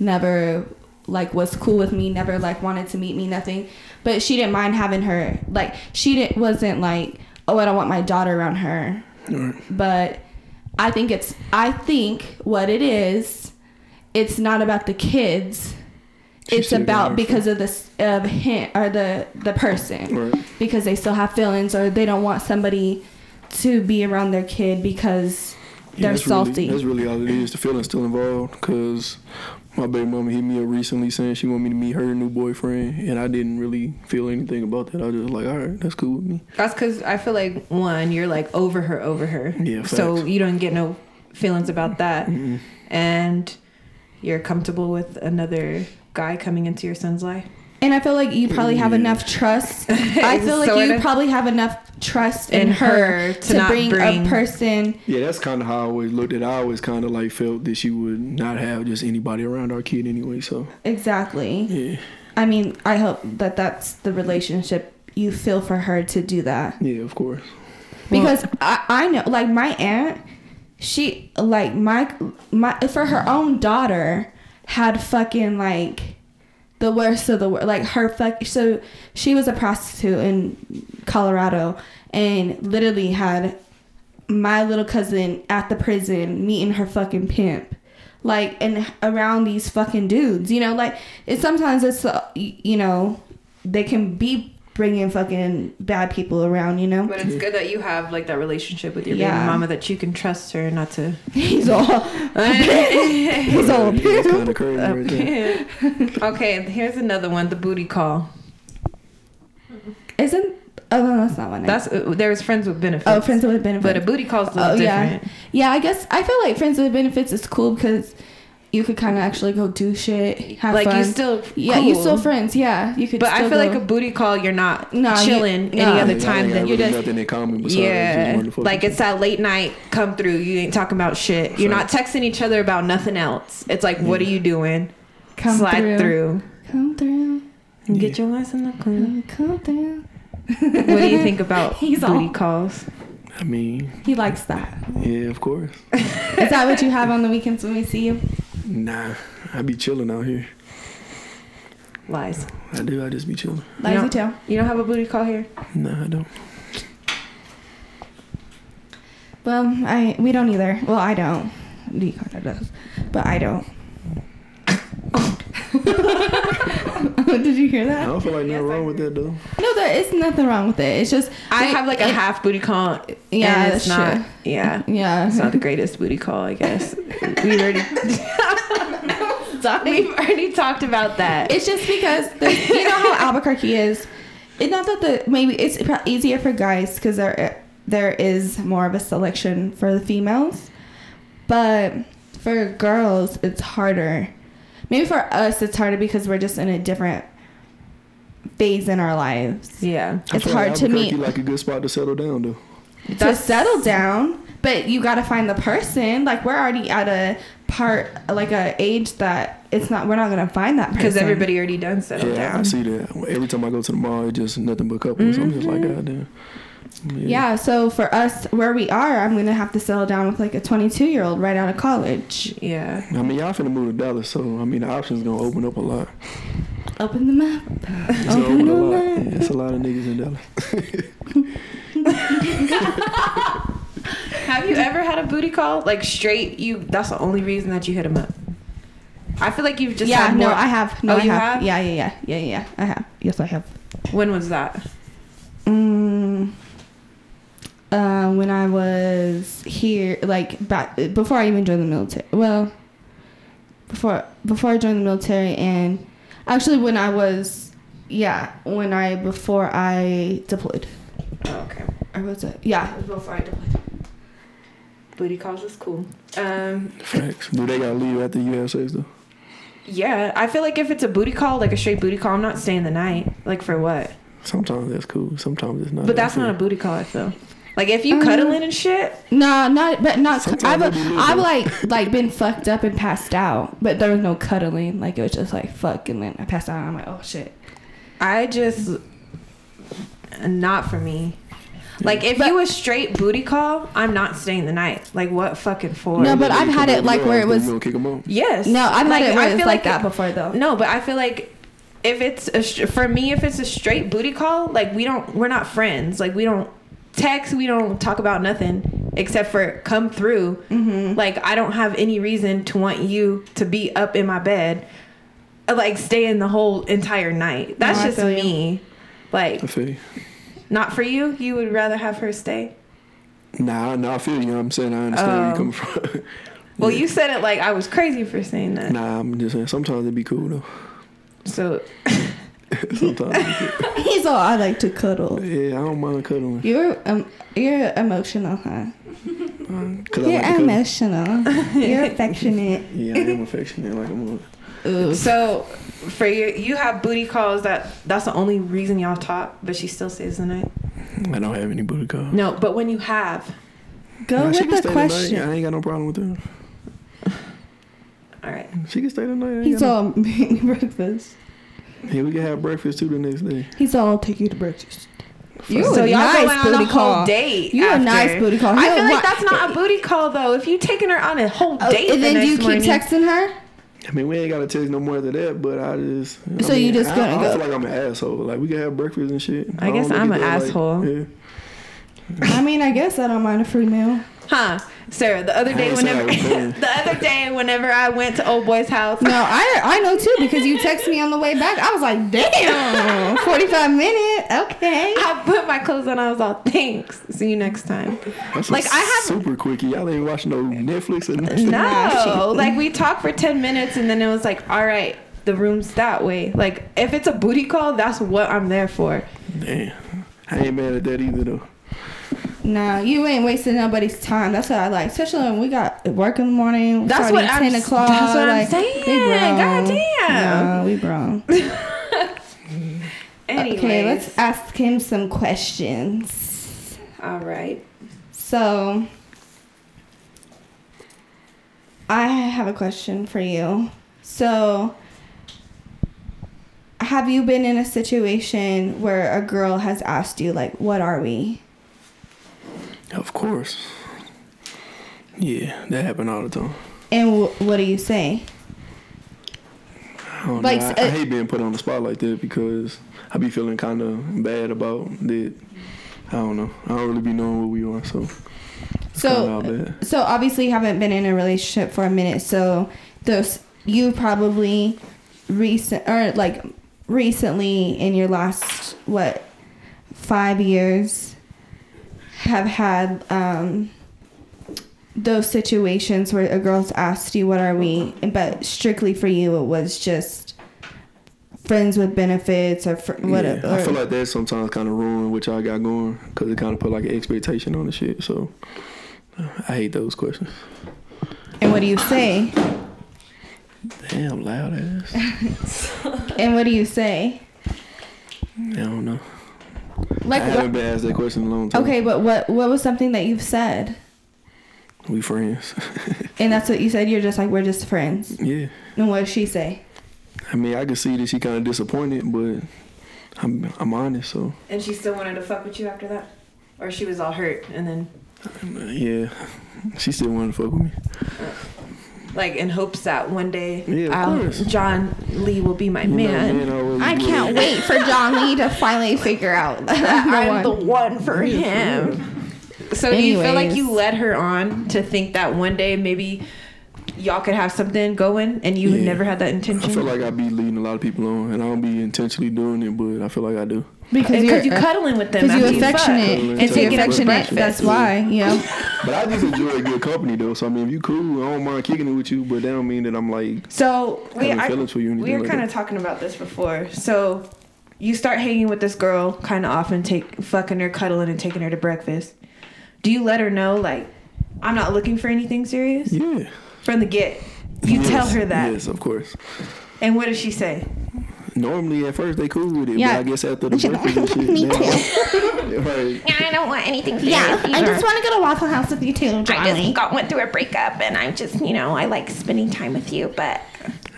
S3: never like was cool with me, never like wanted to meet me, nothing. But she didn't mind having her. Like she didn't wasn't like, oh, I don't want my daughter around her.
S4: Alright.
S3: But I think it's I think what it is, it's not about the kids.
S4: She
S3: it's
S4: should've been
S3: about
S4: there
S3: because of this of him or the the person
S4: Right.
S3: because they still have feelings or they don't want somebody to be around their kid because
S4: Yeah,
S3: they're
S4: that's really-
S3: salty.
S4: that's really all it is. The feeling's still involved because my baby mama hit me up recently saying she wanted me to meet her new boyfriend, and I didn't really feel anything about that. I was just like, all right, that's cool with me.
S2: That's because I feel like one, you're like over her, over her. So
S4: Yeah, facts. Mm-hmm.
S2: you don't get no feelings about that, and you're comfortable with another guy coming into your son's life.
S3: and I feel like you probably have enough trust. I feel like
S2: Sorta.
S3: you probably have enough trust in,
S2: In
S3: her,
S2: her to
S3: to,
S2: not
S3: bring,
S2: bring-
S3: a person.
S4: Yeah, that's kind of how I always looked at. it. I always kind of like felt that she would not have just anybody around our kid anyway. So
S3: Exactly.
S4: yeah,
S3: I mean, I hope that that's the relationship you feel for her to do that.
S4: yeah, of course.
S3: because I, I know like my aunt she like my my for her own daughter had fucking like the worst of the worst like her fuck so she was a prostitute in colorado and literally had my little cousin at the prison meeting her fucking pimp like and around these fucking dudes you know like it's sometimes it's uh, y- you know they can be bringing fucking bad people around you know
S2: But it's good that you have like that relationship with your
S3: Yeah.
S2: baby mama that you can trust her not to.
S3: He's all. He's all.
S4: Yeah, it's kind of crazy right there.
S2: okay, here's another one: the booty call.
S3: Isn't? Oh no, that's not one. I-
S2: That's uh, there's friends with benefits.
S3: oh, friends with benefits.
S2: But a booty call's a little
S3: oh yeah,
S2: different.
S3: yeah. I guess I feel like friends with benefits is cool because you could kind of actually go do shit, have
S2: Like
S3: fun.
S2: you still
S3: yeah, you
S2: cool.
S3: still friends. Yeah, you could.
S2: But I
S3: still
S2: feel like
S3: go-
S2: a booty call, you're not
S3: No, you-
S2: chilling
S3: no.
S2: any
S4: Yeah,
S2: other
S4: I
S2: time
S4: ain't got
S2: than
S4: really
S3: just-
S4: nothing in common besides
S2: Yeah,
S4: just
S2: like it's that late night come through. You ain't talking about shit. You're not texting each other about nothing else. It's like, what are you doing?
S3: come
S2: Slide through.
S3: Come through.
S2: and Get your ass in the corner.
S3: Come through.
S2: What do you think about
S3: He's
S2: booty
S3: all-
S2: calls?
S4: I mean,
S3: He likes that.
S4: yeah, of course.
S3: Is that what you have on the weekends when we see you?
S4: Nah, I be chilling out here.
S2: Lies.
S4: I do. I just be chilling.
S3: Lies
S2: don't-
S3: you tell.
S2: You don't have a booty call here.
S4: Nah, I don't.
S3: Well, I we don't either. Well, I don't. He kind of does, but I don't. Did you hear
S4: I
S3: that?
S4: don't feel like nothing wrong with that though.
S3: No, there is nothing wrong with it. It's just
S2: I have like a half booty call.
S3: Yeah,
S2: and it's
S3: that's
S2: not.
S3: true.
S2: Yeah,
S3: yeah.
S2: it's not the greatest booty call, I guess. we already we've already talked about that.
S3: It's just because there's- you know how Albuquerque is. it, not that the maybe it's pro- easier for guys because there there is more of a selection for the females, but for girls it's harder. Maybe for us it's harder because we're just in a different phase in our lives.
S2: Yeah.
S4: I
S3: It's
S4: feel like
S3: hard to
S4: Albuquerque
S3: meet
S4: Like a good spot to settle down though.
S3: to settle down, but you gotta find the person. Like we're already at a part like a age that it's not we're not gonna find that person
S2: Because everybody already done settled
S4: yeah, I
S2: down.
S4: see that. Every time I go to the mall, it's just nothing but couples. I'm just like, God damn.
S3: Yeah, so for us where we are, I'm gonna have to settle down with like a 22 year old right out of college.
S2: Yeah.
S4: I mean, y'all finna move to Dallas, so I mean, the options gonna open up a lot.
S3: Open them up.
S4: It's gonna open a lot. Yeah, it's a lot of niggas in Dallas.
S2: Have you ever had a booty call? Like straight, you. That's the only reason that you hit him up. I feel like you've just.
S3: yeah,
S2: had
S3: no,
S2: more-
S3: I have. No,
S2: Oh,
S3: I
S2: you
S3: have.
S2: have?
S3: Yeah, yeah, yeah, yeah, yeah. I have. Yes, I have.
S2: When was that?
S3: Mm, uh, when I was here, like back before I even joined the military. Well, before before I joined the military, and actually when I was, yeah, when I before I deployed,
S2: Oh, okay.
S3: or was it? Yeah, it was before I deployed.
S2: Booty calls is cool. Um,
S4: Facts. Do they gotta leave after you have sex though?
S2: yeah, I feel like if it's a booty call, like a straight booty call, I'm not staying the night. Like for what?
S4: Sometimes that's cool. Sometimes it's not.
S2: But that's not a
S4: cool.
S2: booty call, I feel. Like if you
S3: Um,
S2: cuddling and shit,
S3: No, not but not. I've
S4: Sometimes it'd be legal.
S3: I've like like been fucked up and passed out, but there was no cuddling. Like it was just like fuck, and then I passed out. And I'm like, oh shit.
S2: I just not for me. Like if you a straight booty call, I'm not staying the night. Like what fucking for?
S3: No, but
S4: They
S3: I've had
S4: come
S3: it,
S4: over
S3: like,
S4: your
S3: where
S4: ass,
S3: it
S4: then
S3: was-
S4: You gonna kick 'em out.
S2: Yes.
S3: No, I've
S2: Like,
S3: had it
S2: I
S3: where it's
S2: feel
S3: like, that
S2: it-
S3: before though.
S2: No, but I feel like if it's a, str- for me, if it's a straight booty call, like we don't, we're not friends. Like we don't text, we don't talk about nothing except for come through.
S3: Mm-hmm.
S2: Like I don't have any reason to want you to be up in my bed, uh, like staying the whole entire night. That's
S3: No, I
S2: just
S3: feel you.
S2: me. Like
S4: I feel you.
S2: not for you. You would rather have her stay.
S4: Nah, nah, I feel you. You know what I'm saying I understand where you
S2: Oh.
S4: come from.
S2: Well, you said it like I was crazy for saying that.
S4: nah, I'm just saying. Sometimes it'd be cool though.
S2: So
S4: Sometimes. it'd be cool.
S3: He's all I like to cuddle.
S4: Yeah, I don't mind cuddling.
S3: You're um, you're emotional, huh?
S4: Cause I like to cuddle.
S3: emotional. you're affectionate.
S4: Yeah, I am affectionate. Like I'm. A,
S2: So, for you, you have booty calls that that's the only reason y'all talk, but she still stays the night.
S4: I don't have any booty call.
S2: No, but when you have,
S3: Go
S4: Nah, she can
S3: with the
S4: stay tonight.
S3: question.
S4: I ain't got no problem with her.
S2: all right.
S4: She can stay tonight. I ain't
S3: He's
S4: got
S3: all make me breakfast.
S4: no- yeah, we can have breakfast too the next day.
S3: He's all I'll take you to breakfast. You
S2: so
S3: a
S2: y'all
S3: nice
S2: going on a
S3: booty
S2: whole
S3: call.
S2: date.
S3: You a
S2: after.
S3: nice booty call.
S2: I
S3: He'll
S2: feel
S3: wa-
S2: like that's not a booty call though. If you taking her on a whole
S3: Oh,
S2: date,
S3: and
S2: the
S3: then do
S2: next
S3: you keep
S2: morning,
S3: texting her?
S4: I mean, we ain't got to text no more than that, but I just. I
S3: So
S4: mean,
S3: you just
S4: I,
S3: gonna
S4: I
S3: go-
S4: feel like I'm an asshole. Like, we can have breakfast and shit.
S2: I guess
S4: don't
S2: I'm
S4: look
S2: an
S4: at that,
S2: asshole.
S4: yeah.
S3: I mean, I guess I don't mind a free meal.
S2: huh? Sarah, the other day,
S4: ain't saying I
S2: whenever
S4: was bad.
S2: the other day, whenever I went to old boy's house,
S3: No, I I know too because you text me on the way back. I was like, damn, forty five minute. Okay.
S2: I put my clothes on. I was all, thanks. See you next time.
S4: That's
S2: Like,
S4: like,
S2: I have-
S4: Super quickie. Y'all ain't watching no Netflix or nothing.
S2: No, like we talked for 10 minutes and then it was like, all right, the room's that way. Like, if it's a booty call, that's what I'm there for.
S4: Damn. I ain't mad at that either, though.
S3: No, you ain't wasting nobody's time. That's what I like, especially when we got work in the morning.
S2: That's
S3: starting
S2: what
S3: at
S2: I'm-
S3: ten o'clock.
S2: that's what I'm
S3: like,
S2: saying.
S3: We
S2: Goddamn.
S3: grown. No, we grown.
S2: Anyways,
S3: Okay, let's ask him some questions.
S2: all right.
S3: So, I have a question for you. So, have you been in a situation where a girl has asked you, like, what are we?
S4: Of course. Yeah, that happened all the time.
S3: And w- what do you say?
S4: I, don't
S3: Like,
S4: know. I,
S3: uh,
S4: I hate being put on the spot like that because I be feeling kind of bad about that. I don't know. I don't really be knowing what we on, so it's
S3: So,
S4: kinda all bad.
S3: So obviously you haven't been in a relationship for a minute, so those you probably recent or like recently in your last what five years have had um those situations where a girl's asked you what are we but strictly for you it was just friends with benefits or fr- whatever.
S4: Yeah, I feel like that sometimes kind of ruined what y'all got going because it kind of put like an expectation on the shit. So I hate those questions.
S3: and what do you say?
S4: Damn loud ass.
S3: And what do you say?
S4: I don't know. I
S3: Like
S4: haven't
S3: what,
S4: been asked that question in a long time.
S3: okay, but what what was something that you've said?
S4: We friends.
S3: And that's what you said. You're just like we're just friends.
S4: yeah.
S3: And what did she say?
S4: I mean, I can see that she kind of disappointed, but I'm I'm honest. So
S2: And she still wanted to fuck with you after that? Or she was all hurt and then,
S4: yeah, she still wanted to fuck with me.
S2: like, in hopes that one day
S4: Yeah, of
S2: I'll-
S4: course.
S2: John Lee will be my man.
S4: You know, man,
S3: I can't wait for John Lee to finally figure out that
S2: I'm
S3: I'm the
S2: the
S3: one.
S2: one for him. So do you feel like
S3: Anyways.
S2: you led her on to think that one day maybe y'all could have something going and you
S4: Yeah.
S2: never had that
S4: I feel
S2: intention?
S4: like I be leading a lot of people on, and I don't be intentionally doing it, but I feel like I do.
S3: because
S2: Because you
S3: you're
S2: cuddling with them
S3: because
S2: after
S3: you're
S2: you
S3: affectionate.
S4: fuck.
S3: It's you're
S4: Take it up to
S3: affectionate. That's
S2: breakfast.
S3: why. Yeah.
S4: But I just enjoy good company though. So I mean, if you cool, I don't mind kicking it with you, but that don't mean that I'm like
S2: So we
S4: Having
S2: I,
S4: feelings for you and
S2: we
S4: anything
S2: were
S4: like
S2: kind of
S4: that.
S2: talking about this before. So you start hanging with this girl kind of often, take fucking her, cuddling, and taking her to breakfast. Do you let her know like I'm not looking for anything serious
S4: yeah.
S2: from the get? You
S4: Yes,
S2: tell her that,
S4: Yes, of course.
S2: and what does she say?
S4: Normally at first they cool with it,
S3: Yeah.
S4: but I guess after the breakfast and shit, me too. right.
S5: I don't want anything serious
S3: Yeah. I
S5: either.
S3: just want to go to Waffle House with you too, John
S5: I just
S3: Lee.
S5: got went through a breakup and I'm just, you know, I like spending time with you, but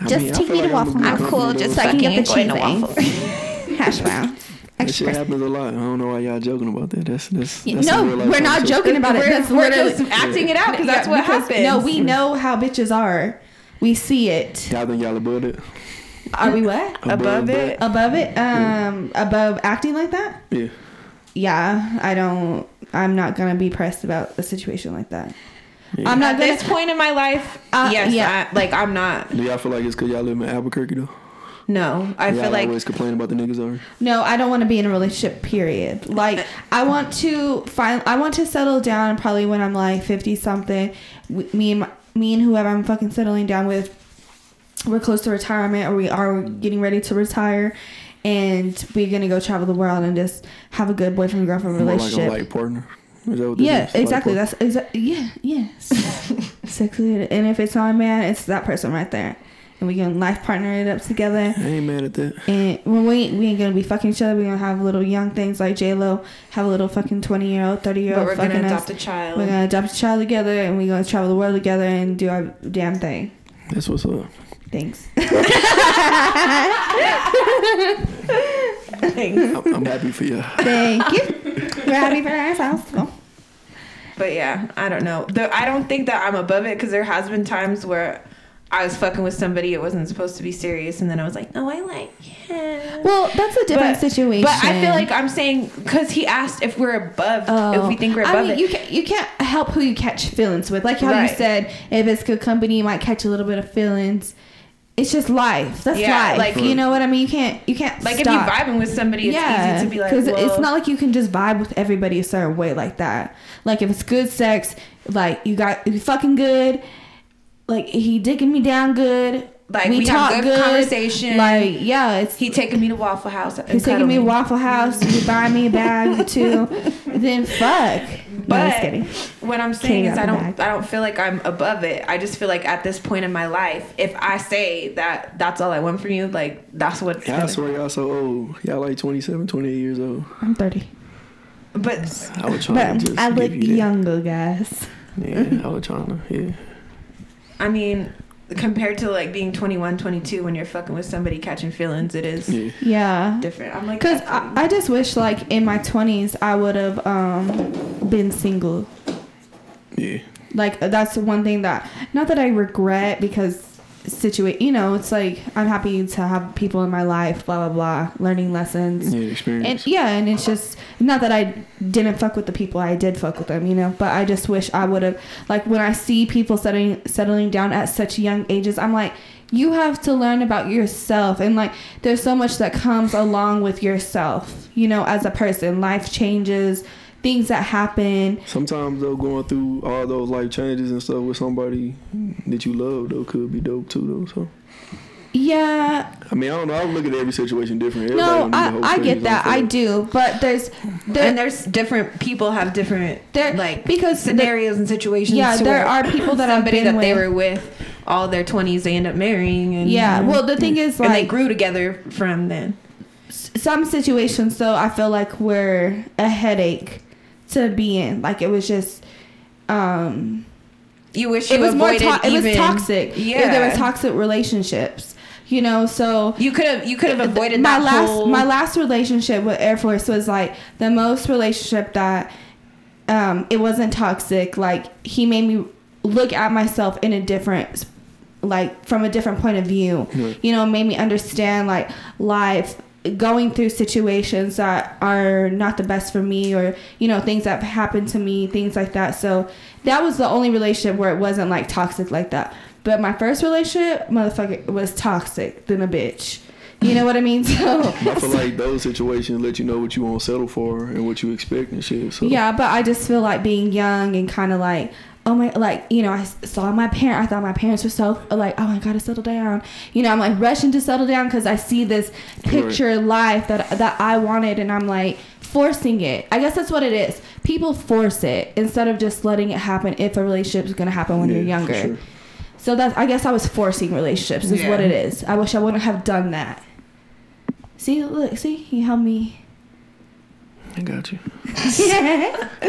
S4: I
S3: Just
S4: mean, I
S3: take
S4: feel
S3: me to
S4: like
S3: Waffle
S4: a good
S3: House.
S5: I'm
S4: company,
S5: cool
S4: though,
S5: just
S4: so
S3: Sucking
S5: fucking
S3: up the
S5: and going to
S3: cheese
S5: waffles.
S3: Hash brown.
S4: That shit happens a lot. I don't know why y'all joking about that. That's that's, that's
S3: no,
S4: some real life
S3: we're not
S4: bullshit.
S3: joking about it.
S2: We're-
S3: That's
S2: we're
S3: literally-
S2: just acting it out because that's
S3: Yeah,
S2: what
S3: because-
S2: happens.
S3: No, we know how bitches are. We see it.
S4: Y'all think y'all above it?
S3: Are we what?
S2: above
S4: that?
S2: it.
S3: Above it? Um, above acting like that?
S4: Yeah.
S3: Yeah, I don't. I'm not gonna be pressed about a situation like that.
S4: Yeah.
S3: I'm
S2: At
S3: not gonna.
S2: this point in my life,
S3: Uh,
S2: yes,
S3: yeah.
S2: I, like I'm not.
S4: Do y'all feel like it's because y'all live in Albuquerque though?
S2: No, I
S4: y'all
S2: feel like
S4: always complain about the niggas over.
S3: No, I don't want to be in a relationship. Period. Like, I want to find. I want to settle down probably when I'm like fifty something. W- Me and my, me and whoever I'm fucking settling down with, we're close to retirement or we are getting ready to retire, and we're gonna go travel the world and just have a good boyfriend girlfriend
S4: More like
S3: relationship.
S4: a light partner. Is that what this
S3: yeah,
S4: is? Light
S3: exactly.
S4: partner?
S3: That's exactly. Yeah, yes. exactly. And if it's not a man, it's that person right there, and we can life partner it up together.
S4: I ain't mad at that.
S3: And when we ain't, we ain't gonna be fucking each other, we're gonna have little young things like J Lo, have a little fucking twenty year old, thirty year
S2: but
S3: old.
S2: we're gonna
S3: fucking
S2: adopt
S3: us.
S2: a child.
S3: We're gonna adopt a child together, and we're gonna travel the world together and do our damn thing.
S4: That's what's up.
S3: Thanks.
S4: I'm, I'm happy for y'all.
S3: Thank you. We're happy for ourselves. Well,
S2: But yeah, I don't know. The, I don't think that I'm above it because there has been times where I was fucking with somebody it wasn't supposed to be serious, and then I was like,
S5: Oh, I like him.
S3: Well, that's a different situation.
S2: But I feel like I'm saying because he asked if we're above, if we think we're above
S3: Oh. I mean,
S2: it.
S3: you can't you can't help who you catch feelings with. Like how
S2: Right.
S3: you said, if it's good company, you might catch a little bit of feelings. It's just life. That's
S2: Yeah,
S3: life.
S2: like-
S3: Like you know what I mean. You can't you can't
S2: like
S3: stop.
S2: if you're vibing with somebody, it's easy to be like, well,
S3: it's not like you can just vibe with everybody a certain way like that. Like if it's good sex, like you got you fucking good, like he digging me down good,
S2: Like, we have good conversation.
S3: Like yeah, it's
S2: he taking me to Waffle House. and
S3: he's taking me to
S2: cuddling.
S3: Waffle House. You buy me a bag too, then fuck. no, I'm
S2: But
S3: just kidding.
S2: what I'm saying
S3: Kidding
S2: is, I
S3: out of
S2: don't,
S3: bag.
S2: I don't feel like I'm above it. I just feel like at this point in my life, if I say that that's all I want from you, like that's what.
S4: Y'all swear y'all so old. Y'all like 27, 28 years old.
S3: I'm 30,
S2: But
S4: I was trying to
S3: but
S4: just
S3: I look Mm-hmm.
S4: give Oh, you that.
S3: younger, guys.
S4: Yeah, I was trying to. Yeah.
S2: I mean, compared to like being 21, 22 when you're fucking with somebody catching feelings, it is
S4: Yeah.
S3: Yeah,
S2: different. I'm like,
S3: Cause
S2: that's
S3: I, I just wish like in my 20s I would have um been single.
S4: Yeah.
S3: like that's the one thing that not that i regret because situate you know it's like i'm happy to have people in my life blah blah blah learning lessons
S4: Yeah. Experience.
S3: and e- yeah and it's just not that i didn't fuck with the people i did fuck with them you know but i just wish i would have like when i see people settling settling down at such young ages i'm like you have to learn about yourself and like there's so much that comes along with yourself you know as a person life changes things that happen
S4: Sometimes though, going through all those life changes and stuff with somebody that you love though could be dope too though. So
S3: yeah,
S4: I mean, I don't know. I look at every situation different. Everybody
S3: no,
S4: don't need the
S3: I,
S4: whole
S3: I
S4: thing,
S3: get that.
S4: feel
S3: I
S4: like-
S3: do, but there's there,
S2: and there's different people have different
S3: There-
S2: like
S3: because the-
S2: scenarios and situations.
S3: Yeah,
S2: to
S3: there
S2: where
S3: are people that I've
S2: somebody
S3: been
S2: that they
S3: with-
S2: were with all their twenties. They end up marrying and
S3: yeah. Well, the thing is,
S2: Hmm. and they
S3: like
S2: grew together from then.
S3: s- some situations, though, I feel like were a headache to be in. Like it was just, um,
S2: You wish you
S3: it was more.
S2: avoided
S3: To- it was
S2: even-
S3: toxic.
S2: Yeah,
S3: there were toxic relationships. You know, so
S2: You could have you could have avoided
S3: my
S2: that
S3: last
S2: whole-
S3: my last relationship with Air Force was like the most relationship that um it wasn't toxic like he made me look at myself in a different like from a different point of view
S4: Right.
S3: you know made me understand like life going through situations that are not the best for me or you know things that have happened to me things like that so that was the only relationship where it wasn't like toxic like that but my first relationship motherfucker was toxic than a bitch you know what i mean so
S4: I feel like those situations let you know what you won't settle for and what you expect and shit. So
S3: Yeah, but I just feel like being young and kind of like, oh my, like, you know, I s- saw my parent. I thought my parents were so, like, oh, I gotta settle down. You know, I'm like rushing to settle down because I see this picture life that, that I wanted and I'm like forcing it. I guess that's what it is. People force it instead of just letting it happen if a relationship is gonna happen when
S4: Yeah,
S3: you're
S4: for
S3: younger.
S4: sure.
S3: So that's, I guess I was forcing relationships, is
S2: Yeah.
S3: what it is. I wish I wouldn't have done that. See, look, see, he helped me.
S4: I got you.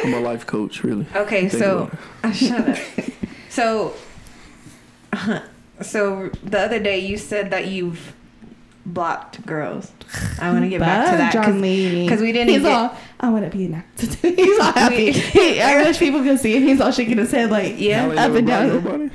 S4: I'm a life coach, really.
S2: Okay,
S4: Think
S2: so
S4: about it.
S2: uh, shut up. So, so the other day you said that you've blocked girls. I want to get back to that. 'cause-
S3: John Lee.
S2: 'cause we didn't
S3: He's
S2: get-
S3: all, I want to be an actor. he's all happy.
S2: We-
S3: He- I wish people could see him. He's all shaking his head like,
S2: Yeah.
S4: Y'all ain't
S3: Up and
S4: never
S3: down.
S4: blocked Nobody?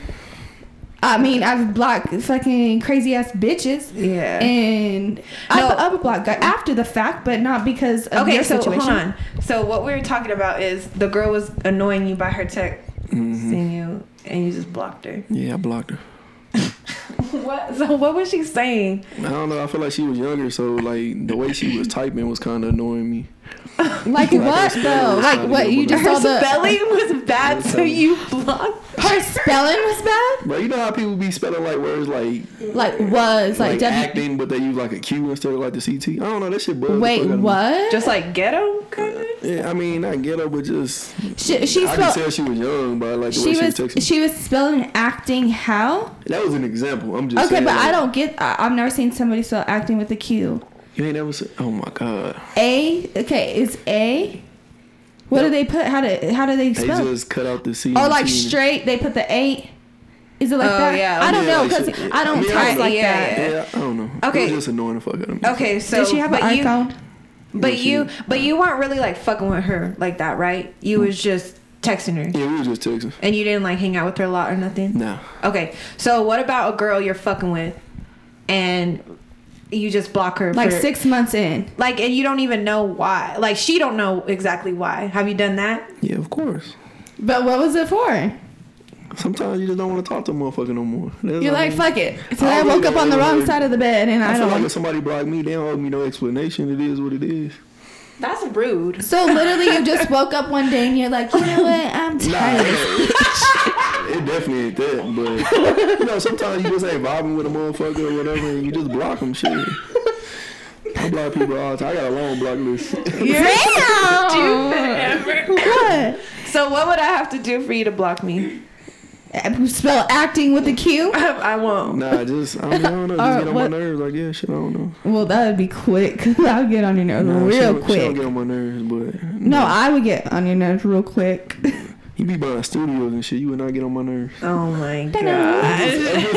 S3: I mean, I've blocked fucking crazy ass bitches.
S2: Yeah.
S3: And
S2: No.
S3: I've, I've blocked guy after the fact, but not because of
S2: okay,
S3: your
S2: so
S3: situation.
S2: hold on. So what we were talking about is the girl was annoying you by her text,
S4: Mm-hmm.
S2: seeing you, and you just blocked her.
S4: Yeah, I blocked her.
S2: What? So what was she saying?
S4: I don't know. I feel like she was younger, so like the way she was typing was kind of annoying me.
S3: Like
S4: Like
S3: what
S4: her
S3: though?
S4: spelling
S3: Like
S4: was
S3: what
S4: not
S3: you
S4: even
S3: just
S4: good.
S3: saw
S2: Her
S3: the
S2: spelling was bad, so
S4: spelling.
S2: you blocked.
S3: her spelling was bad.
S4: But you know how people be spelling like words like
S3: Like was like,
S4: like,
S3: W.
S4: acting, but they use like a Q instead of like the CT. I don't know. That shit bugs. the
S3: Wait,
S4: fuck out of me.
S3: what?
S2: Just like ghetto, kind of.
S4: Yeah, I mean, not ghetto, but just
S3: she, she
S4: I can
S3: spelled.
S4: tell she was young, but I like the way
S3: She was
S4: she was texting.
S3: she was spelling acting how?
S4: that was an example. I'm just
S3: Okay,
S4: saying,
S3: but I
S4: like,
S3: don't get. I, I've never seen somebody spell acting with a Q.
S4: You ain't ever said. Oh my god.
S3: A. Okay, it's A. What do
S4: Yep.
S3: they put? How do how do they
S4: They
S3: spell?
S4: just cut out the C.
S3: oh, like
S4: T.
S3: straight. They put the eight. Is it like
S2: Oh,
S3: that?
S2: yeah,
S3: I don't
S4: yeah,
S3: know
S4: like
S3: because
S4: shit.
S3: I don't
S4: I mean, I
S3: text
S4: don't
S3: like
S2: know.
S3: that.
S2: Yeah.
S4: Yeah, I don't know.
S2: Okay.
S4: It was just annoying the fuck out of me.
S3: Oh.
S2: Okay, so
S3: Did she have an
S2: but you-
S3: iPhone?
S2: But
S4: Yeah, she
S2: you,
S4: did.
S2: but you weren't really like fucking with her like that, right? You was just texting her,
S4: Yeah, we were just texting.
S2: and you didn't like hang out with her a lot or nothing.
S4: Nah.
S2: Okay, so what about a girl you're fucking with, and you just block her
S3: Like
S2: for-
S3: six months in.
S2: like, and you don't even know why. Like she don't know exactly why. Have you done that?
S4: Yeah, of course.
S3: But what was it for?
S4: Sometimes you just don't want to talk to a motherfucker no more. That's
S3: You're
S4: all.
S3: like, fuck it. So I
S4: I'll
S3: woke
S4: do
S3: up
S4: that
S3: on the wrong
S4: anyway.
S3: side of the bed and
S4: I,
S3: I
S4: feel like
S3: don't.
S4: if somebody blocked me, they don't owe me no explanation. It is what it is.
S2: That's rude.
S3: So literally, you just woke up one day and you're like, you know what? I'm
S4: Nah,
S3: tired.
S4: it definitely ain't that. But you know, sometimes you just ain't vibing with a motherfucker or whatever, and you just block them. Shit. I block people all the time. I got a long block list.
S3: Damn. What?
S2: So what would I have to do for you to block me?
S3: Spell acting with a Q.
S2: I won't.
S4: nah, just I, mean, I don't know. Just
S3: Alright,
S4: get on
S3: Uh, what-
S4: my nerves. Like yeah, shit. I don't know.
S3: Well, that would be quick. 'cause I'll get on your nerves
S4: Nah, she
S3: real
S4: don't- She don't
S3: quick.
S4: get on my nerves, but
S3: No, I would get on your nerves real quick.
S4: You be buying studios and shit. You would not get on my nerves.
S2: Oh my god.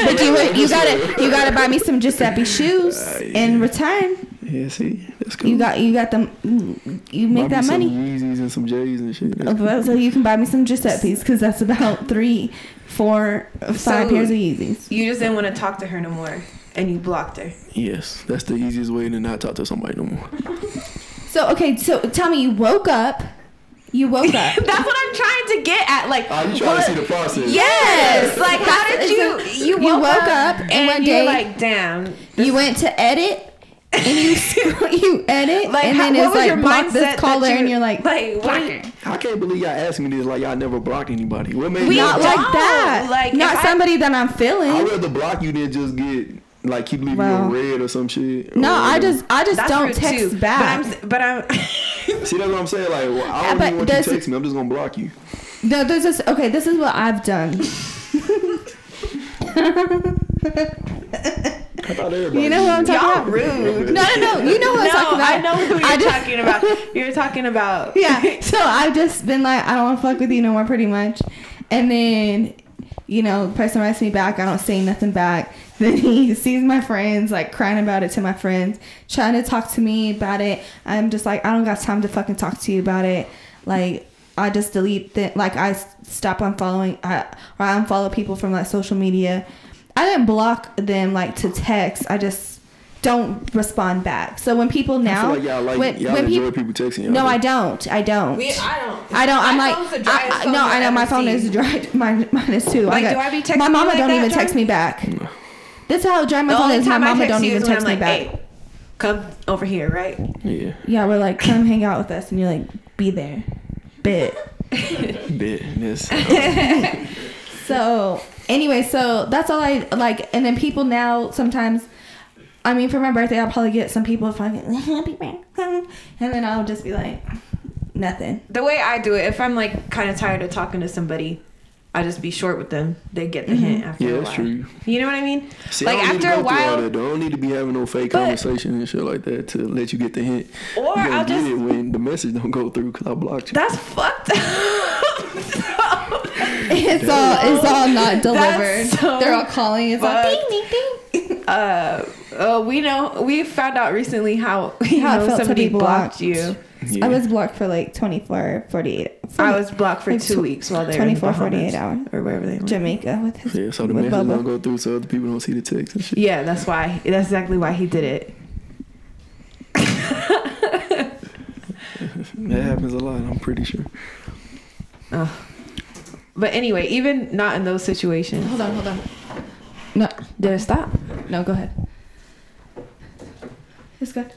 S3: but you would, you gotta you gotta buy me some Giuseppe shoes in return.
S4: Yeah, see, that's cool.
S3: You got you got them. You
S4: Buy
S3: make
S4: me
S3: that
S4: some
S3: money. Oh,
S4: Yeezys and some J's and shit. That's
S3: Well, So you can buy me some Giuseppe's because that's about three, four, five
S2: So-
S3: pairs of Yeezys.
S2: You just didn't want to talk to her no more, and you blocked her.
S4: cool. Yes, that's the easiest way to not talk to somebody no more.
S3: So okay, so tell me, you woke up. You woke up.
S2: That's what I'm trying to get at. Like,
S4: Are Ah, you trying
S2: what-
S4: to see the process?
S2: Yes. Like, how did
S3: That's-
S2: you? You woke, up, and,
S3: one
S2: you're
S3: day-
S2: like, damn.
S3: you went to edit and you sc- you edit
S2: Like,
S3: and
S2: how-
S3: then
S2: what
S3: it's
S2: was your
S3: like block
S2: mindset
S3: this
S2: that
S3: caller
S2: you-
S3: and you're like,
S2: like, what-
S4: I can't believe y'all asked me this. Like y'all never blocked anybody. What made
S2: We
S4: y'all
S3: not
S2: don't.
S3: like that
S2: Like,
S3: not
S2: if I- Oh,
S3: somebody that I'm
S4: I'd
S3: feeling
S4: rather block you than just get like keep leaving
S3: Wow.
S4: you in red or some shit.
S3: No,
S4: or-
S3: I just I just
S2: That's
S3: don't
S2: rude,
S3: text
S2: too.
S3: back.
S2: But I'm, but I'm
S4: see that's what I'm saying. Like well, I don't
S3: Yeah,
S4: even
S3: but
S4: want you
S3: does-
S4: to text me. I'm just gonna block you.
S3: No, there's this. Okay, this is what I've done.
S4: I thought everybody.
S3: You know what I'm
S4: did.
S3: talking
S2: y'all
S3: about?
S2: rude.
S3: No, no, no. You know what I'm talking about.
S2: I know who you're
S3: I just-
S2: talking about. You're talking about.
S3: yeah. So I've just been like, I don't want to fuck with you no more, pretty much. And then, you know, the person writes me back. I don't say nothing back. Then he sees my friends like crying about it to my friends, trying to talk to me about it. I'm just like, I don't got time to fucking talk to you about it. Like, I just delete that. Like, I s- stop unfollowing I, or I unfollow people from like social media. I didn't block them like to text. I just don't respond back. So when people
S4: I feel
S3: now,
S4: like y'all like
S3: when,
S4: y'all
S3: when peop-
S4: enjoy people texting y'all.
S3: no, I don't. I don't.
S6: We, I don't.
S3: I don't. I'm
S6: My
S3: like,
S6: phone's the
S3: I,
S6: driest
S3: I-
S6: phone
S3: no,
S6: I've
S3: I know my
S6: ever
S3: phone
S6: seen.
S3: is dry. Mine, mine is too.
S2: Like,
S3: I
S2: do I be texting
S3: My
S2: you
S3: mama
S2: like
S3: don't
S2: that,
S3: even
S2: Jordan?
S3: text me back. That's how dry my
S2: The
S3: phone
S2: only
S3: is. My
S2: time I
S3: mama
S2: text
S3: don't
S2: you
S3: even
S2: is when I'm
S3: text me
S2: like,
S3: back.
S2: hey, come over here, right?
S4: Yeah,
S3: Yeah, we're like, come hang out with us, and you're like, be there, bit.
S4: bet. That's,
S3: So anyway, so that's all I like. And then people now sometimes, I mean, for my birthday, I'll probably get some people fucking happy birthday, and then I'll just be like, nothing.
S2: The way I do it, if I'm like kind of tired of talking to somebody, I just be short with them. They get
S3: Mm-hmm.
S2: the hint after
S4: Yeah,
S2: a while.
S4: that's true.
S2: You know what I mean?
S4: See,
S2: like
S4: I don't need to
S2: after a
S4: go through all
S2: while,
S4: that, though. I don't need to be having no fake
S2: But-
S4: conversation and shit like that to let you get the hint.
S2: Or
S4: You gonna
S2: I'll
S4: get
S2: just-
S4: it when the message don't go through because I blocked you.
S2: that's fucked up.
S3: It's all it's all not delivered.
S2: That's so
S3: They're all calling. It's all ding
S2: fucked.
S3: ding ding.
S2: uh, uh, we know we found out recently how you
S3: How it
S2: know
S3: felt to
S2: somebody
S3: be blocked.
S2: blocked you.
S4: Yeah.
S3: I was blocked for like 24, 48.
S2: I was blocked for
S3: Like
S2: two
S3: tw-
S2: weeks while they were in the
S3: 24, 48
S2: Bahamas
S3: hours.
S2: or wherever they were.
S3: Jamaica with his
S4: yeah, so the
S3: with
S4: message don't
S3: Bubba.
S4: go through, so other people don't see the text and shit.
S2: Yeah, that's why. That's exactly why he did it.
S4: That happens a lot. I'm pretty sure.
S2: But anyway, even not in those situations,
S3: Hold on, hold on. No,
S2: did it stop?
S3: no, go ahead. It's good.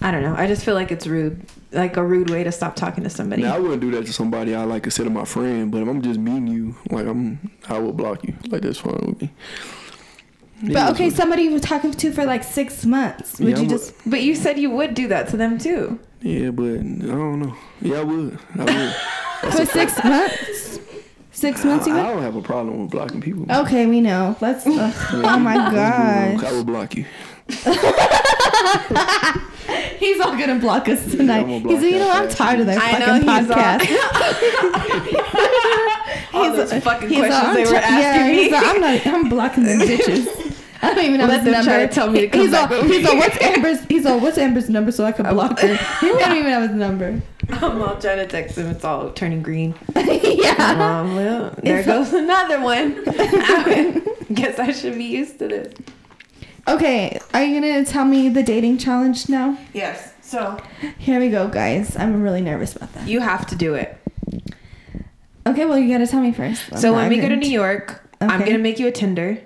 S2: I don't know. I just feel like it's rude, like a rude way to stop talking to somebody.
S4: Now I wouldn't do that to somebody I like consider my friend, but if I'm just meeting you, like I'm, I will block you. Like that's fine with me.
S3: But okay, somebody you were talking to for like six months. Would
S4: Yeah,
S3: you
S4: I'm a-
S3: just?
S2: But you said you would do that to them too.
S4: Yeah, but I don't know. Yeah, I would. I would.
S3: For six months. Six months you
S4: I,
S3: would.
S4: I don't have a problem with blocking people.
S3: Okay, we know. Let's. ugh. oh my
S4: Let's be real. I
S3: god.
S4: will block you.
S3: He's all gonna block us tonight.
S4: I'm
S3: he's
S4: gonna block
S3: you know
S4: y'all
S3: I'm
S4: fast.
S3: tired of their
S2: I know,
S3: fucking
S2: he's all-
S3: podcast.
S2: All
S3: He's
S2: those
S3: a-
S2: fucking
S3: he's a-
S2: questions
S3: I'm
S2: they were
S3: try- yeah,
S2: asking
S3: he's
S2: me.
S3: a- I'm not. I'm blocking them bitches. I don't even know
S2: Let
S3: his
S2: them
S3: number.
S2: try to tell me to come
S3: he's
S2: back
S3: all,
S2: over
S3: he's all,
S2: here.
S3: what's Amber's? He's all, what's Amber's number so I can block her? He don't even have his number.
S2: I'm all trying to text them. It's all turning green.
S3: yeah.
S2: Um, well, there
S3: It's-
S2: goes another one. I guess I should be used to this.
S3: Okay. Are you gonna tell me the dating challenge now?
S2: Yes. So
S3: Here we go, guys. I'm really nervous about that.
S2: you have to do it.
S3: Okay. Well, you gotta tell me first. I'm
S2: so when we go to
S3: arrogant.
S2: New York, I'm
S3: Okay.
S2: gonna make you a Tinder.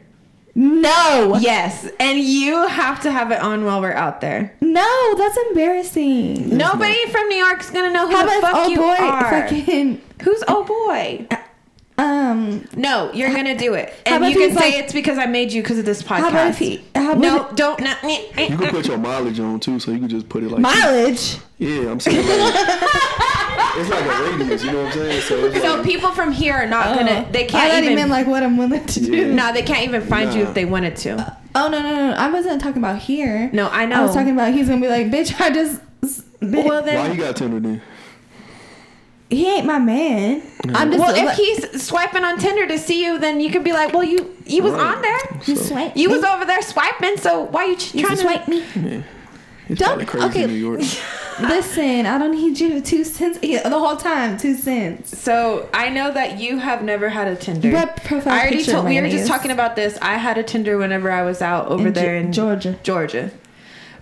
S3: No.
S2: Yes, and you have to have it on while we're out there.
S3: No, that's embarrassing.
S2: Nobody from New York's gonna know who
S3: How
S2: the
S3: about
S2: fuck
S3: oh
S2: you
S3: boy,
S2: are.
S3: fucking
S2: Who's oh boy?
S3: um.
S2: No, you're gonna do it,
S3: How
S2: and
S3: about
S2: you
S3: if
S2: can
S3: he's
S2: say
S3: like-
S2: it's because I made you because of this podcast.
S3: How about if he? How about
S2: no,
S3: if-
S2: don't. eh, No,
S4: You can put your mileage on too, so you can just put it like
S3: mileage?
S4: Yeah, I'm saying like it's like a radius, you know what I'm saying? So it's
S2: so
S4: like,
S2: people from here are not gonna. uh, They
S3: Oh. I
S2: can't
S3: thought
S2: even.
S3: he meant like what I'm willing to do.
S4: Yeah.
S2: no, they can't even find you
S4: Nah.
S2: if they wanted to.
S3: Oh no, no, no! I wasn't talking about here.
S2: No, I know.
S3: I was talking about he's gonna be like, bitch. I just bitch.
S2: well
S4: why
S2: then.
S4: you got Tinder then?
S3: he ain't my man. I'm just
S2: Well, if he's swiping on Tinder to see you, then you can be like, "Well, you you was
S4: Right.
S2: on there,
S3: you
S4: So,
S3: swipe,
S2: you was over there swiping, so why you ch- trying
S3: trying
S2: to
S3: swipe me.
S4: yeah. It's
S3: Don't-
S4: kinda crazy
S3: okay.
S4: in New York.
S3: Listen, I don't need you for two cents yeah, the whole time. Two cents.
S2: So I know that you have never had a Tinder.
S3: What profile
S2: I already
S3: picture
S2: told. We
S3: am I
S2: were
S3: gonna
S2: just
S3: use?
S2: talking about this. I had a Tinder whenever I was out over
S3: In Ge-
S2: there in
S3: Georgia.
S2: Georgia,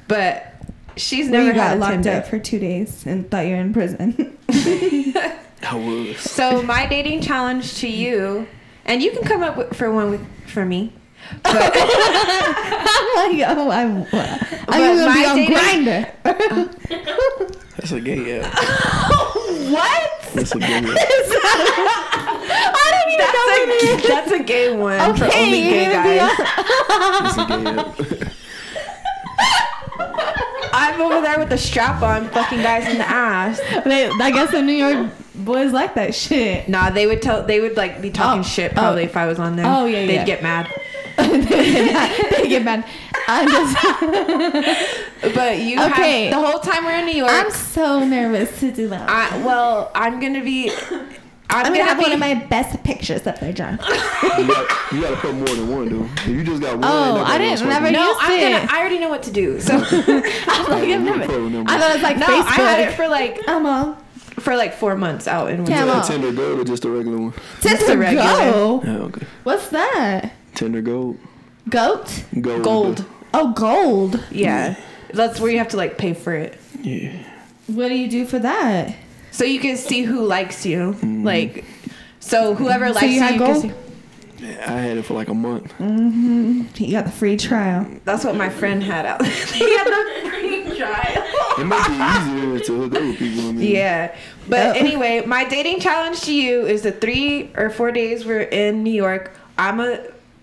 S2: but she's
S3: Where
S2: never
S3: you
S2: had
S3: got
S2: a
S3: locked
S2: Tinder.
S3: up for two days and thought you were in prison.
S4: I was.
S2: So my dating challenge to you, and you can come up with, for one with for me. But
S3: I'm like, oh, I'm.
S2: my
S3: I'm gonna be on
S2: dating-
S3: grinder.
S4: That's a gay app.
S2: what?
S4: That's a gay app.
S3: I don't even
S2: that's, a, that's a gay one for
S3: Okay,
S2: only gay
S3: you're gonna be
S2: guys.
S4: It's a gay app.
S2: I'm over there with the strap on, fucking guys in the ass.
S3: They, I guess the New York boys like that shit.
S2: Nah, they would tell. They would like be talking
S3: Oh,
S2: shit probably
S3: oh.
S2: if I was on there.
S3: Oh, yeah,
S2: They'd
S3: yeah.
S2: get mad.
S3: they get mad. I'm just.
S2: But you
S3: Okay.
S2: have the whole time we're in New York.
S3: I'm so nervous to do that.
S2: I, well, I'm gonna be. I'm,
S3: I'm
S2: gonna,
S3: gonna have
S2: be,
S3: one of my best pictures up there, John.
S4: You got, you got to put more than one, dude. If you just got one,
S3: Oh, I didn't never-
S2: No,
S3: Use
S2: I'm gonna.
S3: it.
S2: I already know what to do. So no,
S3: I'm like, I'm nervous. I thought it was like
S2: I
S3: Facebook.
S2: had it for like
S3: I'm all.
S2: for like four months out in
S3: Yeah,
S2: winter.
S3: well-
S4: A Tinder Gold or just a regular one?
S3: Just
S2: a regular.
S3: go.
S4: Yeah, okay.
S3: What's that?
S4: Tinder Gold.
S3: Goat?
S4: Gold.
S2: Gold.
S3: Oh, gold.
S2: Yeah, that's where you have to like pay for it.
S4: Yeah.
S3: What do you do for that?
S2: So you can see who likes you. Like, so whoever likes
S3: you
S2: you,
S3: had
S2: you can
S3: gold?
S2: see-
S4: Yeah, I had it for like a month.
S3: You got the free trial.
S2: That's what my friend had out. he had the free trial.
S4: It makes it easier to hook up with people. I mean,
S2: Yeah, but
S3: Oh.
S2: anyway, my dating challenge to you is the three or four days we're in New York. I'm a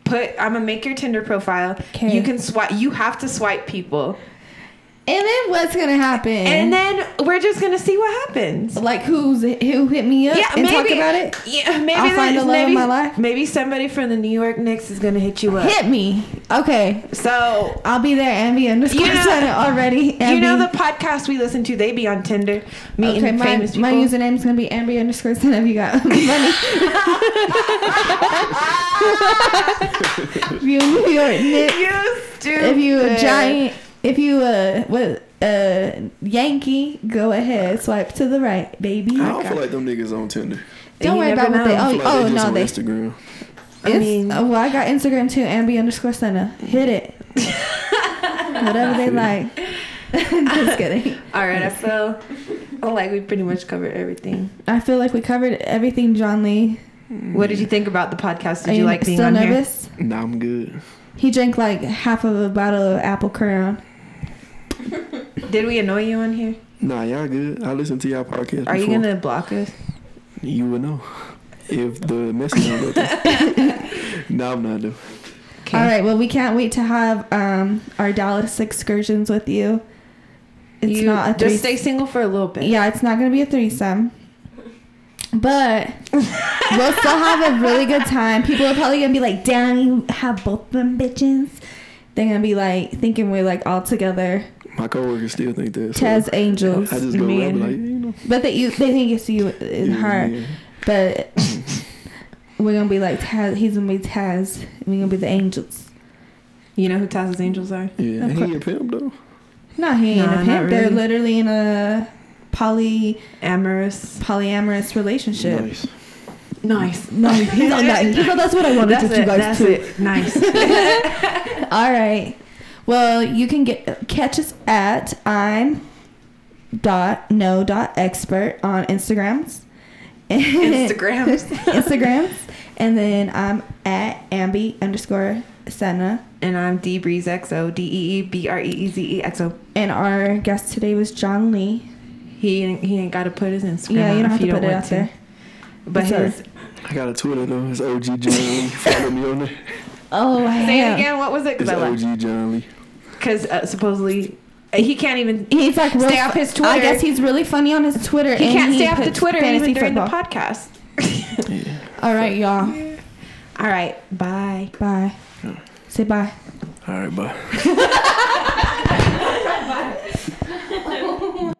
S2: put. I'm gonna make your Tinder profile.
S3: 'Kay.
S2: You can swipe. You have to swipe people,
S3: And then what's gonna happen?
S2: and then we're just gonna see what happens.
S3: like who's who hit me up
S2: Yeah,
S3: and
S2: maybe,
S3: talk about it?
S2: Yeah, maybe
S3: I'll find
S2: that-
S3: the love of
S2: maybe,
S3: my life.
S2: Maybe somebody from the New York Knicks is gonna hit you up.
S3: Hit me. Okay,
S2: So
S3: I'll be there. Envy underscore
S2: You know-
S3: Senna already.
S2: you
S3: Envy.
S2: know the podcast we listen to. They be on Tinder, meeting
S3: Okay, my,
S2: famous people.
S3: my username is gonna be Envy underscore Senna. If you got money, if you New York Knicks,
S2: You
S3: if you a
S2: stupid.
S3: giant, if you uh what uh Yankee, go ahead swipe to the right, baby.
S4: I don't feel like them niggas on Tinder.
S3: Don't
S2: You
S3: worry
S2: never
S3: about what they.
S2: know.
S4: I
S3: Oh,
S4: feel like
S3: oh
S4: they just
S3: no,
S4: on
S3: they.
S4: Instagram.
S2: I
S3: it's,
S2: mean-
S3: uh, well, I got Instagram too. Ambi underscore Senna. Hit it. Whatever they like. Just kidding.
S2: All right, I feel oh, like we pretty much covered everything.
S3: I feel like we covered everything, John Lee.
S2: What did you think about the podcast? Did
S3: Are
S2: you like being
S3: still
S2: on here?
S3: nervous?
S4: Nah, I'm good.
S3: He drank like half of a bottle of apple crown.
S2: Did we annoy you on here?
S4: Nah, y'all good. I listen to y'all podcast.
S2: Are you
S4: before.
S2: gonna block us?
S4: You would know if the message ain't got there. Nah, I'm not though.
S2: Okay.
S3: All right. Well, we can't wait to have um, our Dallas excursions with you. It's
S2: you
S3: not a
S2: just
S3: threesome.
S2: stay single for a little bit.
S3: Yeah, it's not gonna be a threesome. But we'll still have a really good time. People are probably gonna be like, damn, you have both of them bitches. They're gonna be like thinking we're like all together.
S4: My coworkers still think that. so
S3: Tez
S4: I
S3: angels.
S4: just go
S2: me and-
S4: around like, you know,
S3: But they you they think it's you and
S4: yeah,
S3: her.
S4: yeah.
S3: But we're gonna be like Taz he's gonna be Taz and we're gonna be the angels.
S2: You know who Taz's angels are?
S4: Yeah,
S3: Of
S4: he
S3: cour-
S4: ain't pimp though.
S3: No, he ain't
S2: Nah,
S3: a
S2: not
S3: pimp. They're
S2: really.
S3: literally in a poly
S2: Amorous.
S3: polyamorous relationship.
S4: Nice.
S2: Nice.
S3: No, he's on that. He thought that's what I wanted
S2: That's
S3: to do,
S2: it.
S3: guys.
S2: That's
S3: too.
S2: it. Nice.
S3: All right. Well, you can get catch us at I'm dot no dot expert on Instagrams. And-
S2: Instagrams.
S3: Instagrams. And then I'm at Ambi underscore Senna.
S2: And I'm D Breeze XO. D E E B R E E Z E XO.
S3: And our guest today was John Lee.
S2: He ain't- he ain't got to put his Instagram.
S3: Yeah,
S2: out
S3: you don't
S2: if
S3: have to put it
S2: want
S3: out there.
S2: But
S3: It's all
S2: his.
S4: I got a Twitter though. It's OG John. Lee. Follow me on there.
S3: Oh, I
S2: Say it
S3: am.
S2: again. What was it?
S4: It's
S2: Because I left.
S4: OG John Lee.
S2: Because uh, supposedly uh, he can't even.
S3: He's like real
S2: Stay off his Twitter.
S3: I guess he's really funny on his Twitter.
S2: He
S3: and
S2: can't stay off the
S3: puts
S2: Twitter even
S3: fantasy
S2: during the
S3: football.
S2: podcast.
S3: All right, y'all.
S2: All right. Bye.
S3: Bye. Say bye.
S4: All right, bye.